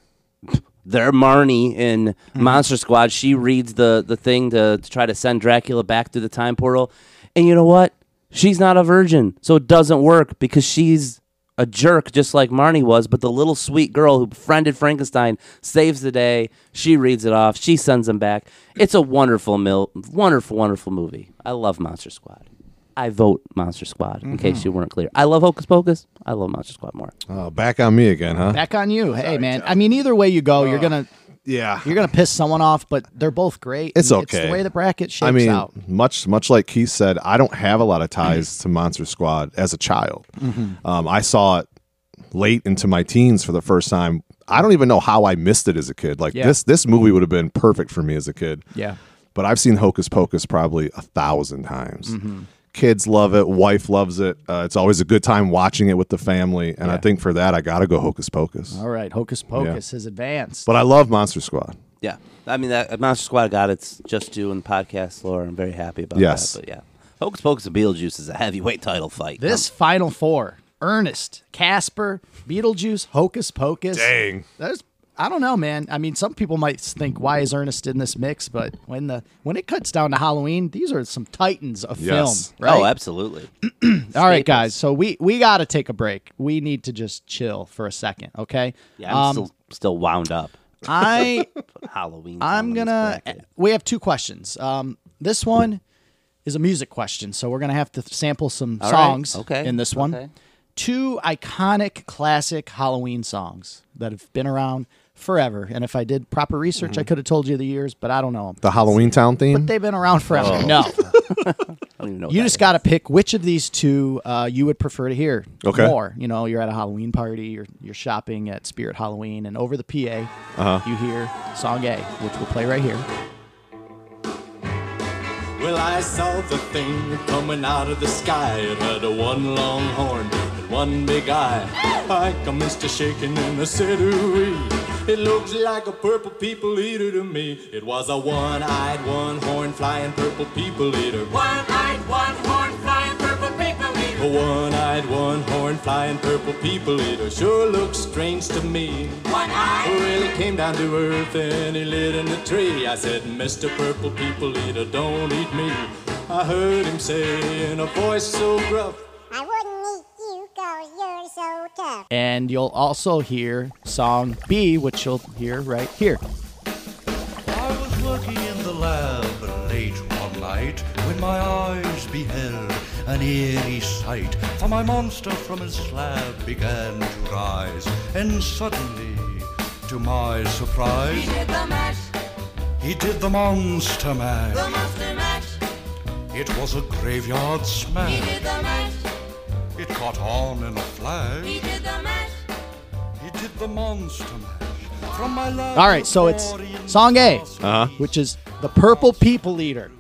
Speaker 5: they're Marnie in Monster Squad. She reads the the thing to, to try to send Dracula back through the time portal, and you know what? She's not a virgin, so it doesn't work because she's a jerk just like Marnie was, but the little sweet girl who befriended Frankenstein saves the day. She reads it off. She sends him back. It's a wonderful, mil- wonderful, wonderful movie. I love Monster Squad. I vote Monster Squad. In case you weren't clear, I love Hocus Pocus. I love Monster Squad more.
Speaker 4: Oh, back on me again, huh?
Speaker 1: Back on you. Hey man. I mean either way you go,
Speaker 4: Uh,
Speaker 1: you're gonna
Speaker 4: yeah.
Speaker 1: you're gonna piss someone off, but they're both great.
Speaker 4: It's
Speaker 1: and It's
Speaker 4: okay.
Speaker 1: the way the bracket shapes
Speaker 4: I mean,
Speaker 1: out.
Speaker 4: much much like Keith said, I don't have a lot of ties to Monster Squad as a child.
Speaker 1: Mm-hmm.
Speaker 4: Um, I saw it late into my teens for the first time. I don't even know how I missed it as a kid. Like
Speaker 1: Yeah.
Speaker 4: this this movie would have been perfect for me as a kid.
Speaker 1: Yeah.
Speaker 4: But I've seen Hocus Pocus probably a thousand times.
Speaker 1: Mm-hmm.
Speaker 4: Kids love it. Wife loves it. Uh, it's always a good time watching it with the family. And I think for that, I got to go Hocus Pocus.
Speaker 1: All right, Hocus Pocus has advanced.
Speaker 4: But I love Monster Squad.
Speaker 5: Yeah, I mean that Monster Squad got its just due in podcast lore. I'm very happy about
Speaker 4: Yes.
Speaker 5: that. But yeah, Hocus Pocus and Beetlejuice is a heavyweight title fight.
Speaker 4: um,
Speaker 1: this final four. Ernest, Casper, Beetlejuice, Hocus Pocus.
Speaker 4: Dang.
Speaker 1: That's I don't know, man. I mean, some people might think why is Ernest in this mix, but when the when it cuts down to Halloween, these are some titans of
Speaker 4: Yes.
Speaker 1: film, right?
Speaker 5: Oh, absolutely.
Speaker 1: All right,
Speaker 5: staples.
Speaker 1: guys. So we we got to take a break. We need to just chill for a second, okay?
Speaker 5: Yeah,
Speaker 1: Um,
Speaker 5: I'm still still wound up.
Speaker 1: I
Speaker 5: Halloween.
Speaker 1: I'm gonna. We have two questions. Um, this one is a music question, so we're gonna have to sample some
Speaker 5: All right,
Speaker 1: songs.
Speaker 5: okay,
Speaker 1: In this one,
Speaker 5: okay.
Speaker 1: two iconic classic Halloween songs that have been around forever. And if I did proper research,
Speaker 5: Mm-hmm.
Speaker 1: I could have told you the years, but I don't know 'em.
Speaker 4: The Halloween Town theme.
Speaker 1: They've been around forever.
Speaker 5: Oh.
Speaker 1: No,
Speaker 5: I don't even know.
Speaker 1: you just got to pick which of these two uh, you would prefer to hear
Speaker 4: Okay.
Speaker 1: more. You know, you're at a Halloween party, you're you're shopping at Spirit Halloween, and over the PA, you hear song A, which we'll play right here.
Speaker 7: Well, I saw the thing coming out of the sky. It had a one long horn and one big eye. Like a Mr. Shaking in the city. It looks like a purple people eater to me. It was a one eyed, one horn flying purple people eater.
Speaker 3: One eyed, one horn, flying purple paper leader.
Speaker 7: A one eyed, one horn flying purple people eater sure looks strange to me.
Speaker 3: One eye,
Speaker 7: Well, he came down to earth and he lit in the tree. I said, Mr. Purple People Eater, don't eat me. I heard him say in a voice so gruff,
Speaker 8: I wouldn't eat you, cause you're so tough.
Speaker 1: And you'll also hear song B, which you'll hear right here.
Speaker 9: I was working in the lab late one night when my eyes beheld an eerie sight. For my monster from his slab began to rise, and suddenly, to my
Speaker 3: he
Speaker 9: surprise,
Speaker 3: did the mash,
Speaker 9: he did the monster
Speaker 3: the
Speaker 9: mash.
Speaker 3: monster mash.
Speaker 9: It was a graveyard
Speaker 3: He
Speaker 9: smash.
Speaker 3: did the mash,
Speaker 9: It caught on in a
Speaker 3: he
Speaker 9: flash.
Speaker 3: did the mash.
Speaker 9: He did the monster mash. From my lab.
Speaker 1: All right, so it's song A, which is the Purple People Eater,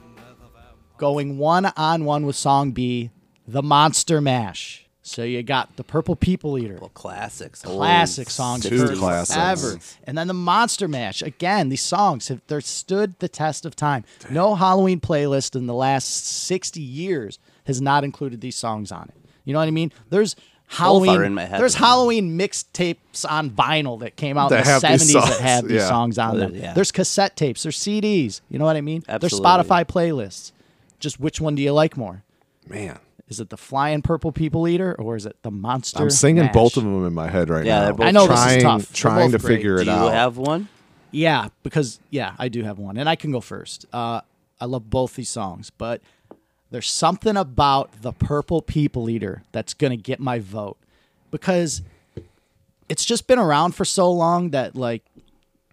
Speaker 1: going one on one with song B, the Monster Mash. So you got the Purple People Eater.
Speaker 5: classics.
Speaker 1: classic songs
Speaker 4: two
Speaker 1: that
Speaker 4: classics.
Speaker 1: ever. And then the Monster Mash. Again, these songs have they stood the test of time. No Halloween playlist in the last 60 years has not included these songs on it. You know what I mean? There's Halloween.
Speaker 5: in my head
Speaker 1: There's
Speaker 5: right now.
Speaker 1: Halloween mixtapes on vinyl that came out
Speaker 4: That
Speaker 1: in the
Speaker 4: have these
Speaker 1: 70s
Speaker 4: songs,
Speaker 1: that have these
Speaker 4: yeah.
Speaker 1: songs on them.
Speaker 5: yeah.
Speaker 1: There's cassette tapes, there's CDs. You know what I mean?
Speaker 5: Absolutely.
Speaker 1: There's Spotify playlists. Just which one do you like more?
Speaker 4: Man,
Speaker 1: Is it the Flying Purple People Eater or is it the Monster?
Speaker 4: I'm singing
Speaker 1: Mash?
Speaker 4: both of them in my head right
Speaker 5: Yeah,
Speaker 4: now.
Speaker 5: they're both-
Speaker 1: I know this is
Speaker 4: trying,
Speaker 1: tough. They're
Speaker 4: Trying to
Speaker 1: both great.
Speaker 4: figure
Speaker 5: Do
Speaker 4: it
Speaker 5: you
Speaker 4: out.
Speaker 5: have one?
Speaker 1: Yeah, because yeah, I do have one, and I can go first. Uh, I love both these songs, but there's something about the Purple People Eater that's gonna get my vote because it's just been around for so long that like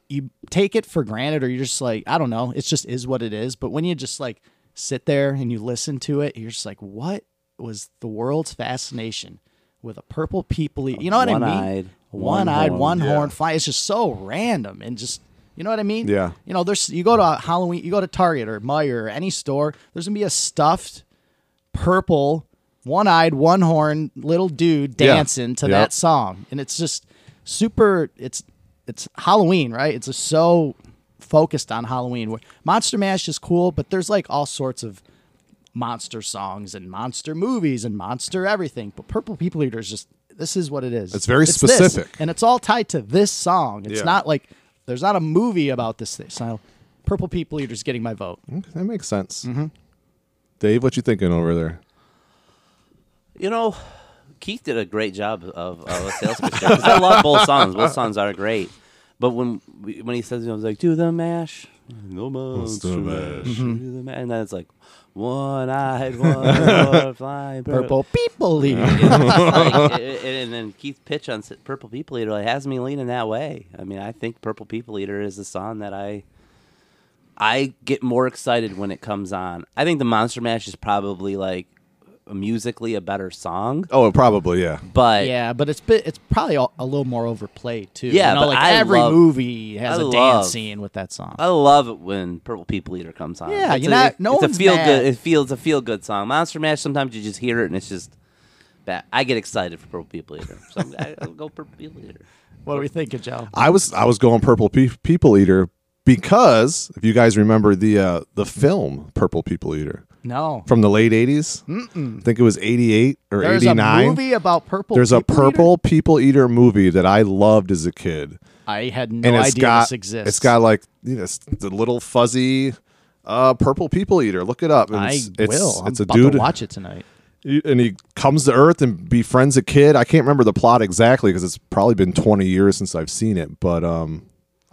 Speaker 1: you take it for granted, or you're just like, I don't know, it's just is what it is. But when you just like sit there and you listen to it, you're just like, what was the world's fascination with a purple people? Eater? You know what I
Speaker 5: One-eyed,
Speaker 1: mean?
Speaker 5: one
Speaker 1: One-eyed,
Speaker 5: horn.
Speaker 1: one horn fly. It's just so random and just you know what I mean?
Speaker 4: Yeah.
Speaker 1: You know, there's you go to Halloween, you go to Target or Meijer or any store. There's gonna be a stuffed purple one-eyed one-horn little dude
Speaker 4: Yeah.
Speaker 1: dancing to
Speaker 4: Yep.
Speaker 1: that song, and it's just super. It's it's Halloween, right? It's just so focused on Halloween. Where Monster Mash is cool, but there's like all sorts of monster songs and monster movies and monster everything. But Purple People Eater is just this is what it is.
Speaker 4: It's very
Speaker 1: this,
Speaker 4: specific.
Speaker 1: and it's all tied to this song. It's
Speaker 4: Yeah.
Speaker 1: not like there's not a movie about this thing. So Purple People Eater's getting my vote.
Speaker 4: That makes sense.
Speaker 1: Mm-hmm.
Speaker 4: Dave, what you thinking over there?
Speaker 5: You know, Keith did a great job of, of a sales pitch. there, 'cause I love both songs. Both songs are great. But when we- when he says, you know, I was like, do the mash, no monster mash, do the mash, and then it's like, one eyed, one flying
Speaker 1: Purple People Eater.
Speaker 5: like, it- it- and then Keith pitch on s- Purple People Eater like, has me leaning that way. I mean, I think Purple People Eater is the song that I I get more excited when it comes on. I think the Monster Mash is probably like musically a better song,
Speaker 4: Oh, probably yeah.
Speaker 5: but
Speaker 1: Yeah, but it's bit, it's probably a, a little more overplayed too.
Speaker 5: Yeah,
Speaker 1: you know,
Speaker 5: but
Speaker 1: like
Speaker 5: I
Speaker 1: every
Speaker 5: love-
Speaker 1: movie has
Speaker 5: I
Speaker 1: a
Speaker 5: love- Uh,
Speaker 1: dance scene with that song.
Speaker 5: I love it when Purple People Eater comes on.
Speaker 1: Yeah,
Speaker 5: it's
Speaker 1: you're
Speaker 5: a,
Speaker 1: not-
Speaker 5: it-
Speaker 1: no
Speaker 5: it's a
Speaker 1: one's
Speaker 5: feel
Speaker 1: mad.
Speaker 5: good. It feels a feel good song. Monster Mash. Sometimes you just hear it and it's just. Bad. I get excited for Purple People Eater. So I- I'll go Purple People Eater.
Speaker 1: what are we thinking, Joe?
Speaker 4: I was I was going Purple Pe- People Eater because if you guys remember the uh, the film Purple People Eater,
Speaker 1: No.
Speaker 4: from the late 80s. Mm-mm. I think it was 88 or
Speaker 1: There's
Speaker 4: 89.
Speaker 1: a movie about purple.
Speaker 4: There's a
Speaker 1: people eater?
Speaker 4: purple people eater movie that I loved as a kid.
Speaker 1: I had no
Speaker 4: and it's
Speaker 1: idea
Speaker 4: got
Speaker 1: this exists.
Speaker 4: it's got like you know, it's the little fuzzy uh, purple people eater. Look it up. And
Speaker 1: I
Speaker 4: it's,
Speaker 1: will.
Speaker 4: It's,
Speaker 1: I'm
Speaker 4: it's a
Speaker 1: about
Speaker 4: dude
Speaker 1: To watch it tonight.
Speaker 4: you- and he comes to Earth and befriends a kid. I can't remember the plot exactly because it's probably been 20 years since I've seen it, but um,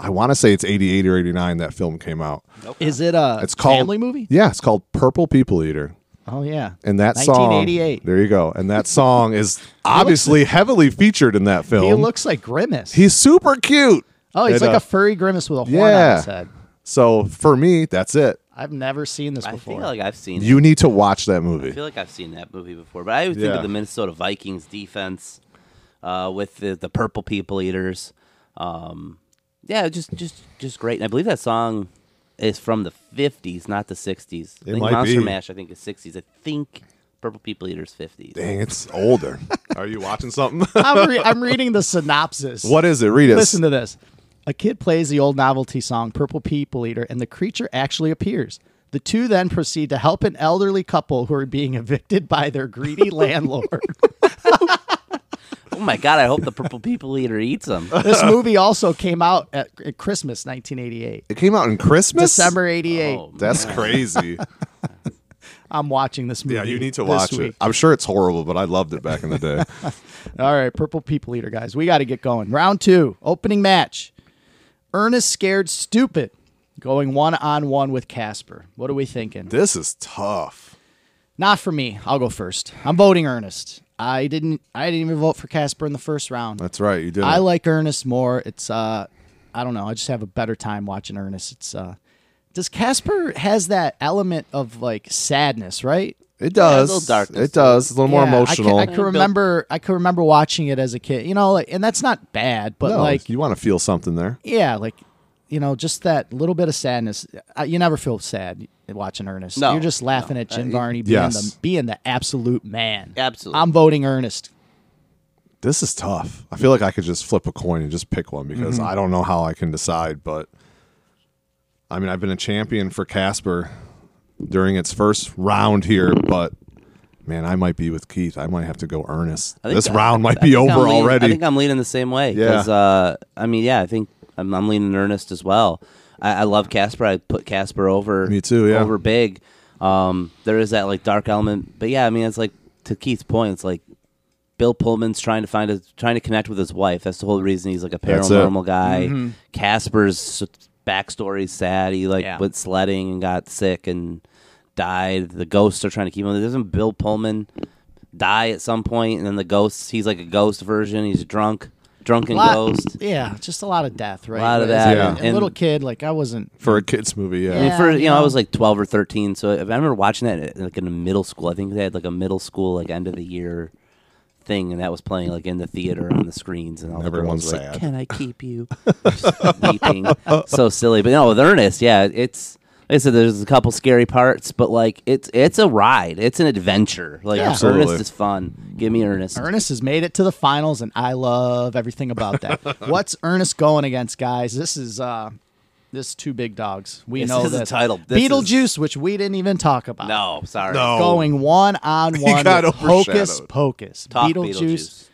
Speaker 4: I want to say it's 88 or 89 that film came out.
Speaker 1: Is it a
Speaker 4: It's called
Speaker 1: family movie?
Speaker 4: Yeah, it's called Purple People Eater.
Speaker 1: Oh yeah.
Speaker 4: And that song,
Speaker 1: 1988.
Speaker 4: there you go. And that song is obviously heavily featured in that film.
Speaker 1: He looks like Grimace.
Speaker 4: He's super cute.
Speaker 1: oh, he's
Speaker 4: And,
Speaker 1: like
Speaker 4: uh,
Speaker 1: a furry Grimace with a horn on
Speaker 4: yeah.
Speaker 1: his head.
Speaker 4: So for me, that's it.
Speaker 1: I've never seen this
Speaker 5: I
Speaker 1: before.
Speaker 5: feel like I've seen.
Speaker 4: You
Speaker 5: it.
Speaker 4: need to watch that
Speaker 5: I
Speaker 4: movie.
Speaker 5: feel like I've seen that movie before, but I would think
Speaker 4: Yeah.
Speaker 5: of the Minnesota Vikings defense uh, with the, the purple people eaters. Um, yeah, just just just great. And I believe that song is from the fifties, not the sixties. I
Speaker 4: It
Speaker 5: think
Speaker 4: might
Speaker 5: Monster
Speaker 4: be.
Speaker 5: Mash, I think is sixties. I think Purple People Eaters fifties.
Speaker 4: Dang, it's older. Are you watching something?
Speaker 1: I'm, re- I'm reading the synopsis.
Speaker 4: what is it? Read it.
Speaker 1: Listen to this. A kid plays the old novelty song Purple People Eater, and the creature actually appears. The two then proceed to help an elderly couple who are being evicted by their greedy landlord.
Speaker 5: Oh my god! I hope the Purple People Eater eats them.
Speaker 1: This movie also came out at, at Christmas 1988.
Speaker 4: It came out in Christmas.
Speaker 1: December 88.
Speaker 5: Oh,
Speaker 4: That's crazy.
Speaker 1: I'm watching this movie.
Speaker 4: yeah, you need to
Speaker 1: this
Speaker 4: watch
Speaker 1: week.
Speaker 4: it. I'm sure it's horrible, but I loved it back in the day.
Speaker 1: All right, Purple People Eater, guys. We got to get going. Round two, opening match. Ernest Scared Stupid going one on one with Casper. What are we thinking?
Speaker 4: this is tough.
Speaker 1: Not for me. I'll go first. I'm voting Ernest. I didn't. I didn't even vote for Casper in the first round.
Speaker 4: That's right. You did.
Speaker 1: I
Speaker 4: it.
Speaker 1: like Ernest more. It's uh, I don't know. I just have a better time watching Ernest. It's uh, does Casper has that element of like sadness, right?
Speaker 4: it does.
Speaker 5: little darkness
Speaker 4: It does. It's a little more
Speaker 1: Yeah, I can-
Speaker 4: emotional.
Speaker 1: I could remember. I could remember watching it as a kid. You know, like, and that's not bad, but
Speaker 4: No,
Speaker 1: like,
Speaker 4: you want to feel something there.
Speaker 1: yeah, like, you know, just that little bit of sadness. Uh, you never feel sad watching Ernest.
Speaker 5: No, Uh,
Speaker 1: you're just laughing at Jim Varney being
Speaker 4: yes.
Speaker 1: the being the absolute man.
Speaker 5: Absolutely.
Speaker 1: I'm voting Ernest.
Speaker 4: This is tough. I feel like I could just flip a coin and just pick one because
Speaker 1: Mm-hmm.
Speaker 4: I don't know how I can decide. But I mean, I've been a champion for Casper during its first round here, but man, I might be with Keith. I might have to go Ernest.
Speaker 5: I think
Speaker 4: This
Speaker 5: I-
Speaker 4: round might
Speaker 5: I
Speaker 4: be
Speaker 5: think
Speaker 4: over
Speaker 5: I'm leaning-
Speaker 4: already.
Speaker 5: I think I'm leaning the same way.
Speaker 4: Yeah.
Speaker 5: 'cause, uh, I mean, yeah, I think I'm, I'm leaning Ernest as well. I, I love Casper. I put Casper over.
Speaker 4: Me too, yeah.
Speaker 5: Over big. Um, there is that like dark element, but yeah, I mean, it's like to Keith's point, it's like Bill Pullman's trying to find a trying to connect with his wife. That's the whole reason he's like a
Speaker 4: That's it.
Speaker 5: paranormal guy. Casper's s- backstory's sad. He like
Speaker 1: Yeah.
Speaker 5: went sledding and got sick and died. The ghosts are trying to keep him. Doesn't Bill Pullman die at some point? And then the ghosts. He's like a ghost version. He's drunk, drunken
Speaker 1: lot-
Speaker 5: ghost.
Speaker 1: Yeah, just a lot of death, right?
Speaker 5: lot of
Speaker 1: As
Speaker 5: that,
Speaker 1: a-
Speaker 5: Yeah.
Speaker 1: a
Speaker 5: and-
Speaker 1: little kid, like I wasn't.
Speaker 4: for a kids movie. Yeah.
Speaker 5: And
Speaker 1: Yeah,
Speaker 5: for you
Speaker 1: you
Speaker 5: know, I
Speaker 1: know.
Speaker 5: was like twelve or thirteen, so I I remember watching that like in middle school. I think they had like a middle school like end of the year thing, and that was playing like in the theater on the screens, and all
Speaker 4: Everyone's
Speaker 5: the girls were like,
Speaker 4: sad.
Speaker 5: "Can I keep you?" Just weeping, so silly. But no, with Ernest, yeah, it's. Like I said there's a couple scary parts, but like it's it's a ride, it's an adventure. Like
Speaker 1: Yeah.
Speaker 4: Absolutely.
Speaker 5: Ernest is fun. Give me Ernest.
Speaker 1: Ernest has made it to the finals, and I love everything about that. What's Ernest going against, guys? This is uh, this is two big dogs. We
Speaker 5: This
Speaker 1: know
Speaker 5: is the
Speaker 1: this.
Speaker 5: title. This is-
Speaker 1: Beetlejuice, which we didn't even talk about.
Speaker 5: No, sorry.
Speaker 4: No.
Speaker 1: going one on one.
Speaker 4: got
Speaker 1: with Hocus
Speaker 4: overshadowed.
Speaker 1: Pocus.
Speaker 5: Talk
Speaker 1: Beetlejuice.
Speaker 5: Beetlejuice.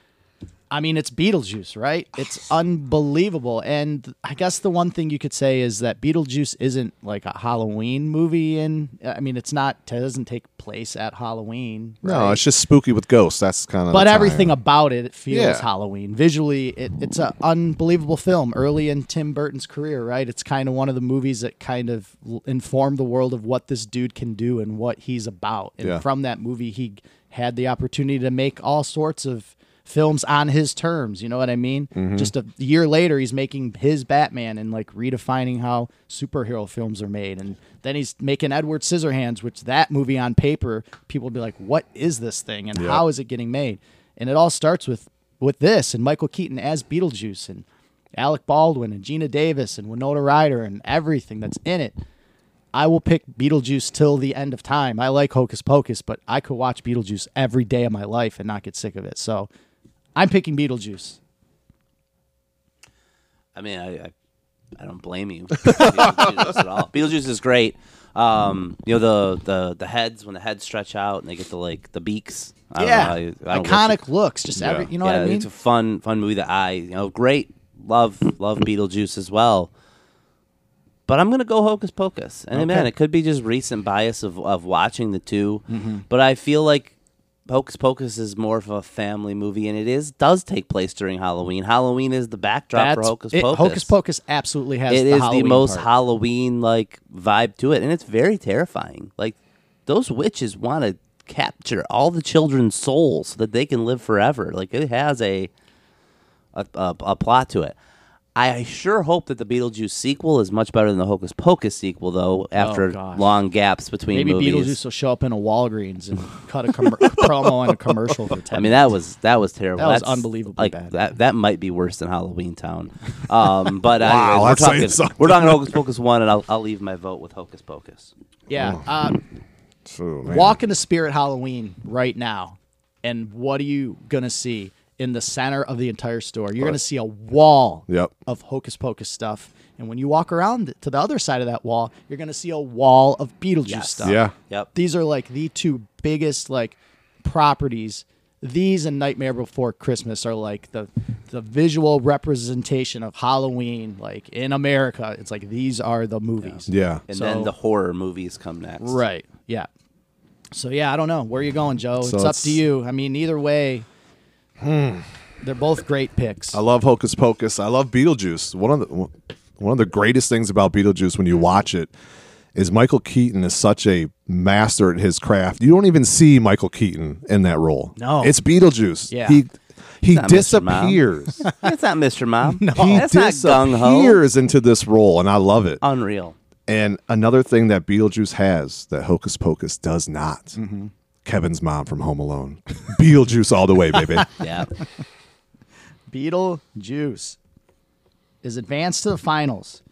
Speaker 1: I mean, it's Beetlejuice, right? It's unbelievable. And I guess the one thing you could say is that Beetlejuice isn't like a Halloween movie. In I mean, it's not it doesn't take place at Halloween.
Speaker 4: No,
Speaker 1: right?
Speaker 4: it's just spooky with ghosts. That's kind of.
Speaker 1: but everything about it, it feels
Speaker 4: Yeah.
Speaker 1: Halloween. Visually, it, it's an unbelievable film. Early in Tim Burton's career, right? It's kind of one of the movies that kind of l- informed the world of what this dude can do and what he's about. And
Speaker 4: Yeah.
Speaker 1: from that movie, he had the opportunity to make all sorts of films on his terms. You know what I mean? Just a year later, he's making his Batman and like redefining how superhero films are made. And then he's making Edward Scissorhands, which that movie on paper, people would be like, what is this thing? And how is it getting made? And it all starts with with this and Michael Keaton as Beetlejuice and Alec Baldwin and Gina Davis and Winona Ryder and everything that's in it. I will pick Beetlejuice till the end of time. I like Hocus Pocus, but I could watch Beetlejuice every day of my life and not get sick of it. So I'm picking Beetlejuice.
Speaker 5: I mean, I, I, I don't blame you. Beetlejuice at all. Beetlejuice is great. Um, you know the the the heads when the heads stretch out and they get the like the beaks. I don't know
Speaker 1: yeah,
Speaker 5: how you- I don't
Speaker 1: iconic
Speaker 5: worship-
Speaker 1: looks. Just every, you know
Speaker 5: yeah,
Speaker 1: what I mean.
Speaker 5: It's a fun, fun movie that I, you know, great. Love, love Beetlejuice as well. But I'm gonna go Hocus Pocus, and man, it could be just recent bias of of watching the 2
Speaker 1: Mm-hmm.
Speaker 5: But I feel like Hocus Pocus is more of a family movie, and it is does take place during Halloween. Halloween is the backdrop for
Speaker 1: That's-
Speaker 5: Hocus
Speaker 1: it-
Speaker 5: Pocus.
Speaker 1: Hocus Pocus absolutely has.
Speaker 5: It
Speaker 1: the
Speaker 5: is the,
Speaker 1: Halloween
Speaker 5: most
Speaker 1: part.
Speaker 5: Halloween like vibe to it, and it's very terrifying. Like those witches want to capture all the children's souls so that they can live forever. Like it has a a, a, a plot to it. I sure hope that the Beetlejuice sequel is much better than the Hocus Pocus sequel, though. After
Speaker 1: Oh, gosh.
Speaker 5: long gaps between
Speaker 1: Maybe
Speaker 5: movies,
Speaker 1: Beetlejuice will show up in a Walgreens and cut a com- promo and a commercial for ten.
Speaker 5: I mean that was that was terrible.
Speaker 1: That was
Speaker 5: That's,
Speaker 1: unbelievably
Speaker 5: like,
Speaker 1: bad.
Speaker 5: That that might be worse than Halloween Town. Um, but anyways,
Speaker 4: that's saying
Speaker 5: we're talking
Speaker 4: something.
Speaker 5: we're talking Hocus Pocus one, and I'll I'll leave my vote with Hocus Pocus.
Speaker 1: yeah. Uh,
Speaker 4: Ooh, man.
Speaker 1: Walk into Spirit Halloween right now, and what are you gonna see in the center of the entire store? You're gonna see a wall
Speaker 4: Yep.
Speaker 1: of Hocus Pocus stuff, and when you walk around to the other side of that wall, you're gonna see a wall of Beetlejuice stuff.
Speaker 4: Yeah.
Speaker 5: Yep.
Speaker 1: These are like the two biggest like properties. These and Nightmare Before Christmas are like the the visual representation of Halloween, like in America. It's like these are the movies.
Speaker 4: Yeah.
Speaker 5: and then
Speaker 1: So-
Speaker 5: the horror movies come next.
Speaker 1: Right. Yeah. So yeah, I don't know where you going, Joe. it's
Speaker 4: So
Speaker 1: up
Speaker 4: it's- Hmm.
Speaker 1: to you. I mean, either way, they're both great picks.
Speaker 4: I love Hocus Pocus. I love Beetlejuice. One of the one of the greatest things about Beetlejuice
Speaker 1: Mm-hmm.
Speaker 4: when you watch it is Michael Keaton is such a master at his craft. You don't even see Michael Keaton in that role.
Speaker 1: No.
Speaker 4: it's Beetlejuice.
Speaker 1: Yeah.
Speaker 4: he he
Speaker 5: not Mr. Mom.
Speaker 4: disappears.
Speaker 5: That's not Mr. Mom. no,
Speaker 4: he
Speaker 5: that's not gung ho.
Speaker 4: disappears into this role, and I love
Speaker 1: Uh,
Speaker 4: it.
Speaker 5: Unreal.
Speaker 4: and another thing that Beetlejuice has that Hocus Pocus does not.
Speaker 1: Mm-hmm.
Speaker 4: Kevin's mom from Home Alone. Beetlejuice all the way, baby.
Speaker 5: Yeah.
Speaker 1: Beetlejuice is advanced to the finals.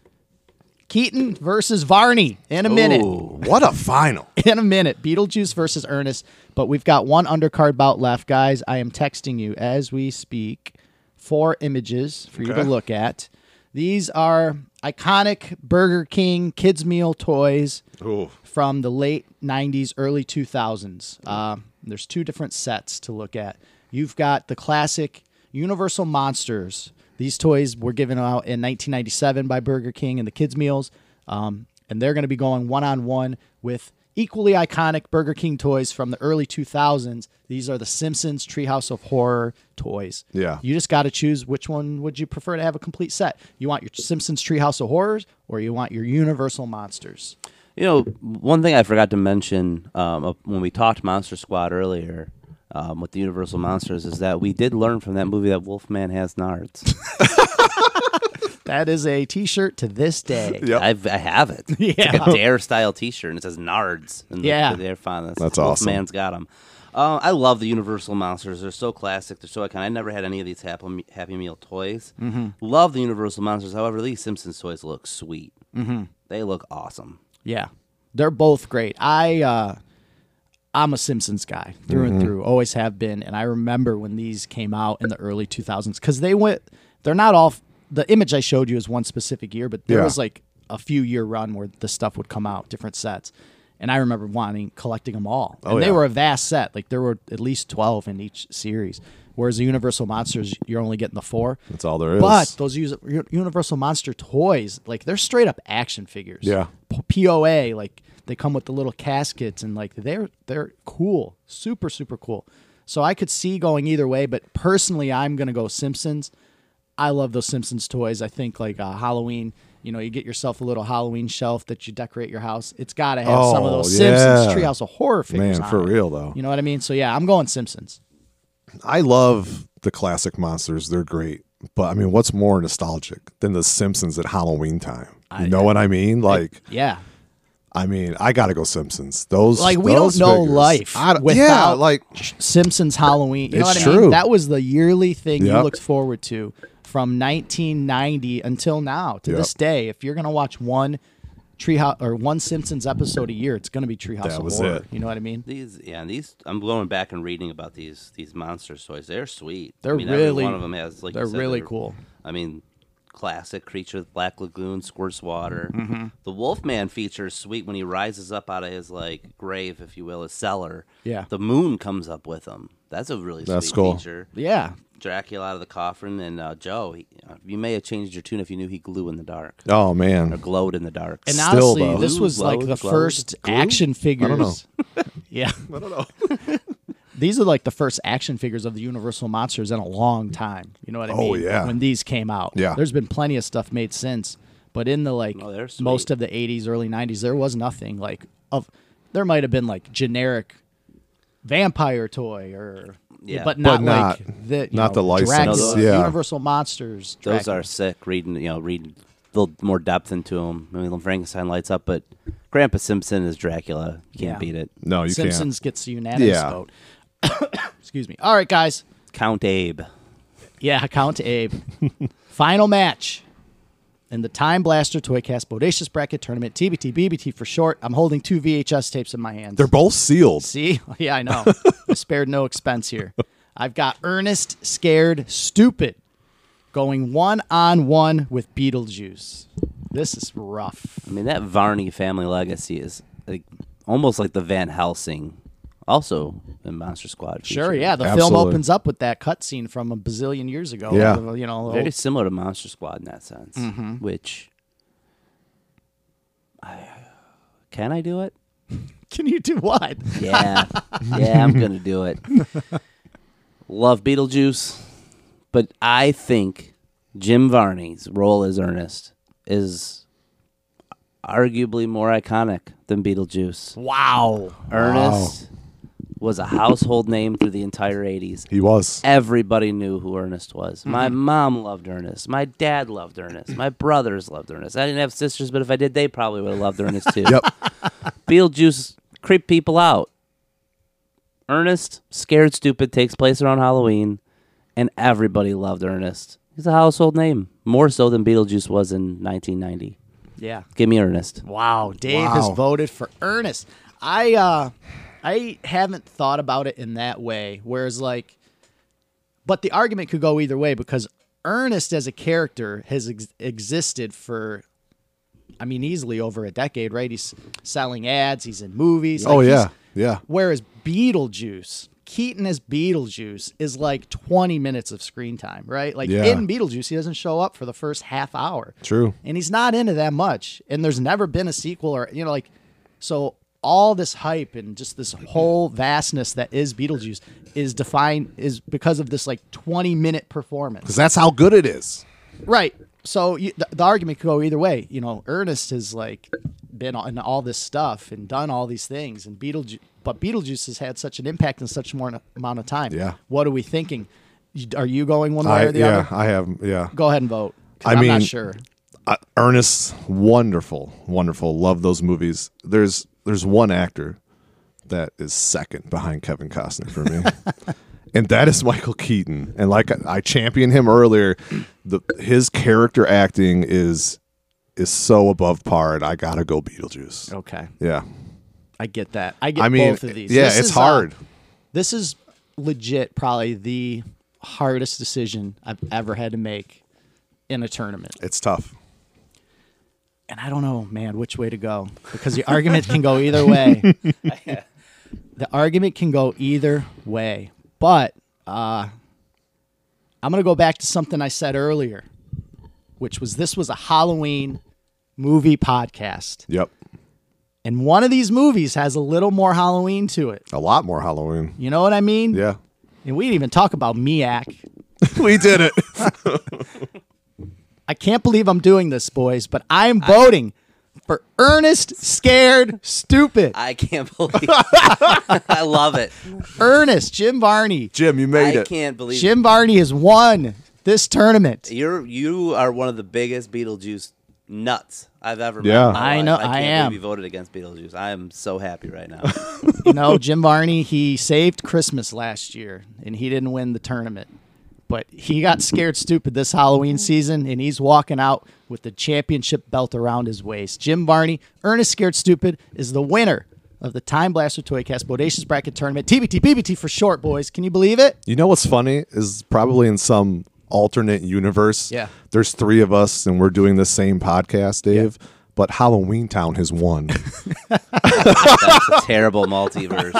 Speaker 1: Keaton versus Varney in a minute.
Speaker 4: what a final.
Speaker 1: In a minute, Beetlejuice versus Ernest. But we've got one undercard bout left, guys. I am texting you as we speak. Four images for you to
Speaker 4: Okay.
Speaker 1: look at. These are iconic Burger King kids meal toys.
Speaker 4: Ooh.
Speaker 1: from the late 90s, early 2000s. Uh, there's two different sets to look at. You've got the classic Universal Monsters. These toys were given out in 1997 by Burger King and the Kids Meals, um, and they're going to be going one on one with equally iconic Burger King toys from the early 2000s. These are the Simpsons Treehouse of Horror toys.
Speaker 4: Yeah.
Speaker 1: You just got to choose which one would you prefer to have a complete set. You want your Simpsons Treehouse of Horrors or you want your Universal Monsters?
Speaker 5: You know, one thing I forgot to mention um, of- when we talked Monster Squad earlier um, with the Universal Monsters is that we did learn from that movie that Wolfman has nards.
Speaker 1: That is a T-shirt to this day.
Speaker 4: Yep.
Speaker 5: I've, I have it. It's like
Speaker 1: Yeah.
Speaker 5: a Dare style T-shirt, and it says nards. In the,
Speaker 1: Yeah.
Speaker 5: the Dare font.
Speaker 4: That's awesome.
Speaker 5: Man's got them. Uh, I love the Universal Monsters. They're so classic. They're so iconic. I never had any of these Happy, Happy Meal toys. Love the Universal Monsters. However, these Simpsons toys look sweet. Mm-hmm. They look awesome.
Speaker 1: Yeah, they're both great. I uh, I'm a Simpsons guy through
Speaker 4: Mm-hmm.
Speaker 1: and through. Always have been, and I remember when these came out in the early 2000s because they went. They're not all. The image I showed you is one specific year, but there
Speaker 4: Yeah.
Speaker 1: was like a few year run where the stuff would come out different sets. And I remember wanting collecting them all. And they
Speaker 4: Oh, yeah.
Speaker 1: were a vast set. Like there were at least 12 in each series. Whereas the Universal Monsters, you're only getting the four.
Speaker 4: That's all there is.
Speaker 1: But those us- U- Universal Monster toys, like they're straight up action figures.
Speaker 4: Yeah.
Speaker 1: P- POA, like they come with the little caskets and like they're they're cool, super super cool. So I could see going either way, but personally, I'm gonna go Simpsons. I love those Simpsons toys. I think like uh, Halloween, you know, you get yourself a little Halloween shelf that you decorate your house. It's got to have some of
Speaker 4: Oh,
Speaker 1: those
Speaker 4: yeah.
Speaker 1: Simpsons Treehouse of Horror figures.
Speaker 4: Man,
Speaker 1: on
Speaker 4: for
Speaker 1: it.
Speaker 4: real, though.
Speaker 1: You know what I mean? So yeah, I'm going Simpsons.
Speaker 4: I love the classic monsters. They're great. But I mean, what's more nostalgic than the Simpsons at Halloween time? You know what I mean? Like,
Speaker 1: Yeah.
Speaker 4: I mean, I gotta go Simpsons. Those
Speaker 1: Like, we don't
Speaker 4: those
Speaker 1: know
Speaker 4: figures.
Speaker 1: life
Speaker 4: I don't- yeah,
Speaker 1: without-
Speaker 4: like
Speaker 1: Simpsons Halloween. You know
Speaker 4: It's
Speaker 1: what I mean?
Speaker 4: true.
Speaker 1: That was the yearly thing you
Speaker 4: Yep.
Speaker 1: looked forward to from 1990 until now to
Speaker 4: Yep.
Speaker 1: this day. If you're gonna watch one Treehouse or one Simpsons episode a year, it's gonna be Treehouse.
Speaker 4: That
Speaker 1: of
Speaker 4: was
Speaker 1: Horror.
Speaker 4: it.
Speaker 1: You know what I mean?
Speaker 5: These, yeah, and these. I'm going back and reading about these these monster toys. They're sweet. I
Speaker 1: They're
Speaker 5: mean, every
Speaker 1: really-
Speaker 5: one of them has like you
Speaker 1: they're
Speaker 5: said,
Speaker 1: really cool.
Speaker 5: I mean, classic creature with black lagoon squirts water. The Wolfman feature is sweet when he rises up out of his like grave, if you will, his cellar.
Speaker 1: Yeah.
Speaker 5: the moon comes up with him. That's a really
Speaker 4: That's
Speaker 5: sweet
Speaker 4: cool.
Speaker 5: feature.
Speaker 1: Yeah.
Speaker 5: Dracula out of the coffin and uh, Joe. He, uh, you may have changed your tune if you knew he glue in the dark
Speaker 4: Oh man,
Speaker 5: or glowed in the dark.
Speaker 1: And
Speaker 4: Still,
Speaker 1: honestly,
Speaker 4: though.
Speaker 1: this was
Speaker 5: Glue,
Speaker 1: like
Speaker 5: glowed,
Speaker 1: the
Speaker 5: glowed,
Speaker 1: first action figures.
Speaker 4: know.
Speaker 1: yeah. I don't know. these are like the first action figures of the Universal Monsters in a long time. You know what I
Speaker 4: Oh,
Speaker 1: mean?
Speaker 4: yeah.
Speaker 1: When these came out.
Speaker 4: Yeah.
Speaker 1: There's been plenty of stuff made since. But in the like
Speaker 5: Oh, they're sweet.
Speaker 1: most of the 80s, early 90s, there was nothing like of. There might have been like generic vampire toy or.
Speaker 5: Yeah.
Speaker 1: But
Speaker 4: But
Speaker 1: not,
Speaker 4: not-
Speaker 1: like the you
Speaker 4: not
Speaker 1: know,
Speaker 4: the license.
Speaker 1: Dracula,
Speaker 5: No,
Speaker 4: yeah.
Speaker 1: Universal Monsters.
Speaker 5: Those
Speaker 1: Dracula.
Speaker 5: are sick. Reading, you know, reading a little more depth into them. I mean, Frankenstein lights up, but Grandpa Simpson is Dracula. You can't
Speaker 1: Yeah.
Speaker 5: beat it.
Speaker 4: no, Oh, you
Speaker 1: Simpsons gets a unanimous
Speaker 4: Yeah.
Speaker 1: vote. Excuse me. All right, guys.
Speaker 5: Count Abe.
Speaker 1: Yeah, count to Abe. Final match in the Time Blaster Toycast Bodacious Bracket Tournament, TBT BBT for short. I'm holding two VHS tapes in my hands.
Speaker 4: can't. They're both sealed.
Speaker 1: See? Yeah, I know. I spared no expense here. I've got Ernest Scared Stupid going one on one with Beetlejuice. This is rough.
Speaker 5: I mean, that Varney family legacy is like almost like the Van Helsing, also in Monster Squad.
Speaker 1: Sure,
Speaker 5: feature.
Speaker 1: yeah. The film
Speaker 4: Absolutely.
Speaker 1: opens up with that cutscene from a bazillion years ago.
Speaker 4: Yeah.
Speaker 1: You know,
Speaker 5: Very similar to Monster Squad in that sense.
Speaker 1: Mm-hmm.
Speaker 5: Which I, can I do it?
Speaker 1: can you do what?
Speaker 5: Yeah, yeah, I'm gonna do it. Love Beetlejuice, but I think Jim Varney's role as Ernest is arguably more iconic than Beetlejuice.
Speaker 1: Wow.
Speaker 5: Ernest was a household name through the entire '80s.
Speaker 4: He was.
Speaker 5: Everybody knew who Ernest was. My mom loved Ernest. My dad loved Ernest. My brothers loved Ernest. I didn't have sisters, but if I did, they probably would have loved Ernest too.
Speaker 4: Yep.
Speaker 5: Beetlejuice creep people out. Ernest, scared stupid, takes place around Halloween, and everybody loved Ernest. He's a household name, more so than Beetlejuice was in 1990.
Speaker 1: Yeah.
Speaker 5: Give me Ernest.
Speaker 1: Wow, Dave has
Speaker 4: Wow.
Speaker 1: voted for Ernest. I uh I haven't thought about it in that way. Whereas like but the argument could go either way because Ernest as a character has ex- existed for I mean easily over a decade, right? He's selling ads, he's in movies.
Speaker 4: Oh
Speaker 1: like, he's-
Speaker 4: yeah, yeah.
Speaker 1: Whereas Beetlejuice, Keaton as Beetlejuice is like 20 minutes of screen time, right? Like
Speaker 4: Yeah.
Speaker 1: in Beetlejuice, he doesn't show up for the first half hour.
Speaker 4: True.
Speaker 1: And he's not into that much. And there's never been a sequel or, you know, like, so all this hype and just this whole vastness that is Beetlejuice is defined is because of this like 20 minute performance.
Speaker 4: Because that's how good it is.
Speaker 1: Right. So you, the, the argument could go either way. You know, Ernest has like been on all this stuff and done all these things, and Beetlejuice, but Beetlejuice has had such an impact in such a more amount of time.
Speaker 4: Yeah.
Speaker 1: What are we thinking? You- Are you going one way
Speaker 4: I,
Speaker 1: or the
Speaker 4: yeah,
Speaker 1: other?
Speaker 4: I have. Yeah.
Speaker 1: Go ahead and vote. 'cause
Speaker 4: I
Speaker 1: I'm
Speaker 4: mean-
Speaker 1: not sure.
Speaker 4: uh, Ernest, wonderful, wonderful. Love those movies. There's there's one actor that is second behind Kevin Costner for me, and that is Michael Keaton. And like I, I championed him earlier, the his character acting is is so above par, and I gotta go Beetlejuice.
Speaker 1: Okay.
Speaker 4: Yeah,
Speaker 1: I get that. I get
Speaker 4: I mean,
Speaker 1: Oh. both of these.
Speaker 4: yeah,
Speaker 1: This
Speaker 4: it's
Speaker 1: is, uh,
Speaker 4: hard.
Speaker 1: this is legit probably the hardest decision I've ever had to make in a tournament.
Speaker 4: it's tough.
Speaker 1: and I don't know, man, which way to go because the argument can go either way. the argument can go either way, but uh, I'm gonna go back to something I said earlier, which was this was a Halloween movie podcast,
Speaker 4: Yep,
Speaker 1: and one of these movies has a little more Halloween to it.
Speaker 4: a lot more Halloween.
Speaker 1: You know what I mean?
Speaker 4: Yeah,
Speaker 1: And we didn't even talk about Miak.
Speaker 4: we did it.
Speaker 1: I can't believe I'm doing this, boys, but I am voting for Ernest Scared Stupid.
Speaker 5: I can't believe I love it.
Speaker 1: Ernest Jim Varney.
Speaker 4: Jim, you made
Speaker 5: I
Speaker 4: it.
Speaker 5: can't believe
Speaker 1: Jim Varney has won this tournament.
Speaker 5: You're you are one of the biggest Beetlejuice nuts I've ever
Speaker 4: Yeah.
Speaker 5: met. in my
Speaker 1: I
Speaker 5: life.
Speaker 1: know-
Speaker 5: I, can't
Speaker 1: I
Speaker 5: believe
Speaker 1: am.
Speaker 5: You voted against Beetlejuice. I am so happy right now.
Speaker 1: You know, Jim Varney, he saved Christmas last year and he didn't win the tournament. But he got scared stupid this Halloween season and he's walking out with the championship belt around his waist. Jim Varney, Ernest Scared Stupid, is the winner of the Time Blaster Toycast Bodacious Bracket Tournament. TBT, BBT for short, boys. Can you believe it?
Speaker 4: You know what's funny is probably in some alternate universe.
Speaker 1: Yeah.
Speaker 4: There's three of us and we're doing the same podcast, Dave. But Halloween Town has won.
Speaker 5: That's a terrible multiverse.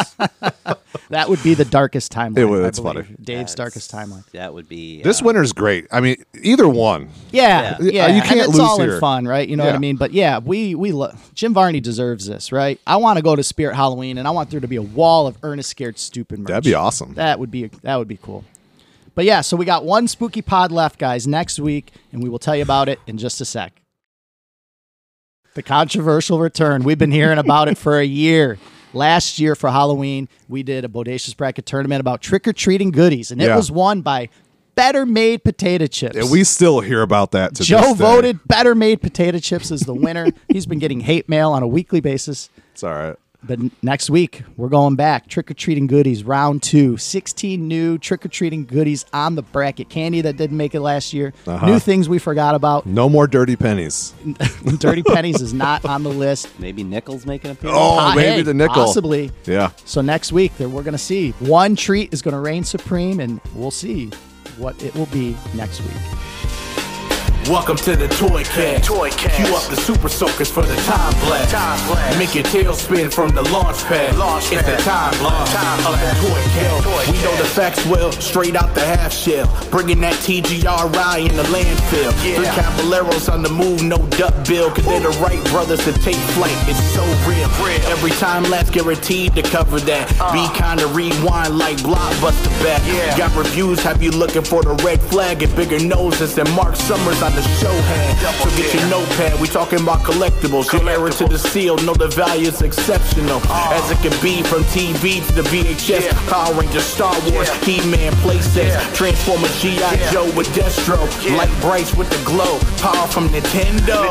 Speaker 1: That would be the darkest timeline.
Speaker 4: It would-
Speaker 1: I
Speaker 4: it's
Speaker 1: believe.
Speaker 4: funny.
Speaker 1: Dave's darkest timeline.
Speaker 5: That would be
Speaker 4: this
Speaker 5: uh,
Speaker 4: winter's great. I mean, either one.
Speaker 1: Yeah,
Speaker 4: Yeah.
Speaker 1: yeah.
Speaker 4: Uh, You
Speaker 1: and
Speaker 4: can't
Speaker 1: it's
Speaker 4: lose
Speaker 1: all in
Speaker 4: here.
Speaker 1: fun, right? You know what
Speaker 4: Yeah.
Speaker 1: I mean? But yeah, we we lo- Jim Varney deserves this, right? I want to go to Spirit Halloween, and I want there to be a wall of Ernest Scared Stupid. Merch.
Speaker 4: That'd be awesome.
Speaker 1: That would be that would be cool. But yeah, so we got one spooky pod left, guys, next week, and we will tell you about it in just a sec. The controversial return. We've been hearing about it for a year. Last year for Halloween, we did a bodacious bracket tournament about trick or treating goodies, and it
Speaker 4: Yeah.
Speaker 1: was won by better made potato chips.
Speaker 4: And we still hear about that to
Speaker 1: Joe
Speaker 4: this day.
Speaker 1: voted Better Made Potato Chips as the winner. He's been getting hate mail on a weekly basis.
Speaker 4: It's all right.
Speaker 1: But n- next week, we're going back. Trick or treating goodies, round two. 16 new trick or treating goodies on the bracket. Candy that didn't make it last year.
Speaker 4: Uh-huh.
Speaker 1: New things we forgot about.
Speaker 4: No more dirty pennies.
Speaker 1: Uh, Dirty Pennies is not on the list.
Speaker 5: uh, maybe Nichols making a
Speaker 4: Oh,
Speaker 1: Ah,
Speaker 4: maybe
Speaker 1: hey,
Speaker 4: the nickel.
Speaker 1: Possibly.
Speaker 4: Yeah.
Speaker 1: So next week, there we're going to see. One treat is going to reign supreme, and we'll see what it will be next week.
Speaker 2: Welcome to the Toy Cat. Toy Cat. You up the super soakers for the time blast. Time blast. Make your tail spin from the launch pad. Launch it's the time blast. Time of the Toy Cat. we know the facts well, straight out the half shell. Bringing that TGRI in the landfill. Three Caballeros on the move, no duck bill. Cause they're the right brothers to take flight. It's so real. Every time last guaranteed to cover that. Be kind to rewind like blockbuster back. Got reviews, have you looking for the red flag and bigger noses than Mark Summers on the show had. So get your notepad, we talking about collectibles. Your heir to the seal, know the value's exceptional. As it can be from TV to the VHS, Power Rangers, Star Wars, He-Man, playsets, Transformer, G.I. Joe with Destro, Light Brights with the glow, Power from Nintendo.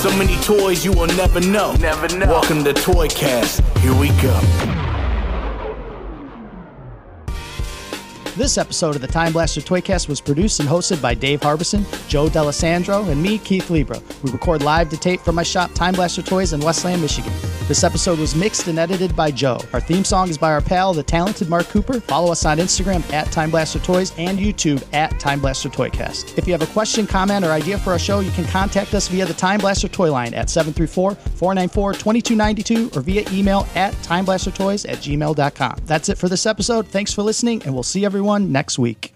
Speaker 2: So many toys you will never know. Never know. Welcome to Toy Cast. Here we go.
Speaker 1: This episode of the Time Blaster Toycast was produced and hosted by Dave Harbison, Joe Delisandro, and me, Keith Libra. We record live to tape from my shop, Time Blaster Toys, in Westland, Michigan. This episode was mixed and edited by Joe. Our theme song is by our pal, the talented Mark Cooper. Follow us on Instagram at Time Blaster Toys and YouTube at Time Blaster Toycast. If you have a question, comment, or idea for our show, you can contact us via the Time Blaster Toy line at 734 494 2292 or via email at timeblastertoys at gmail.com. That's it for this episode. Thanks for listening, and we'll see everyone next week.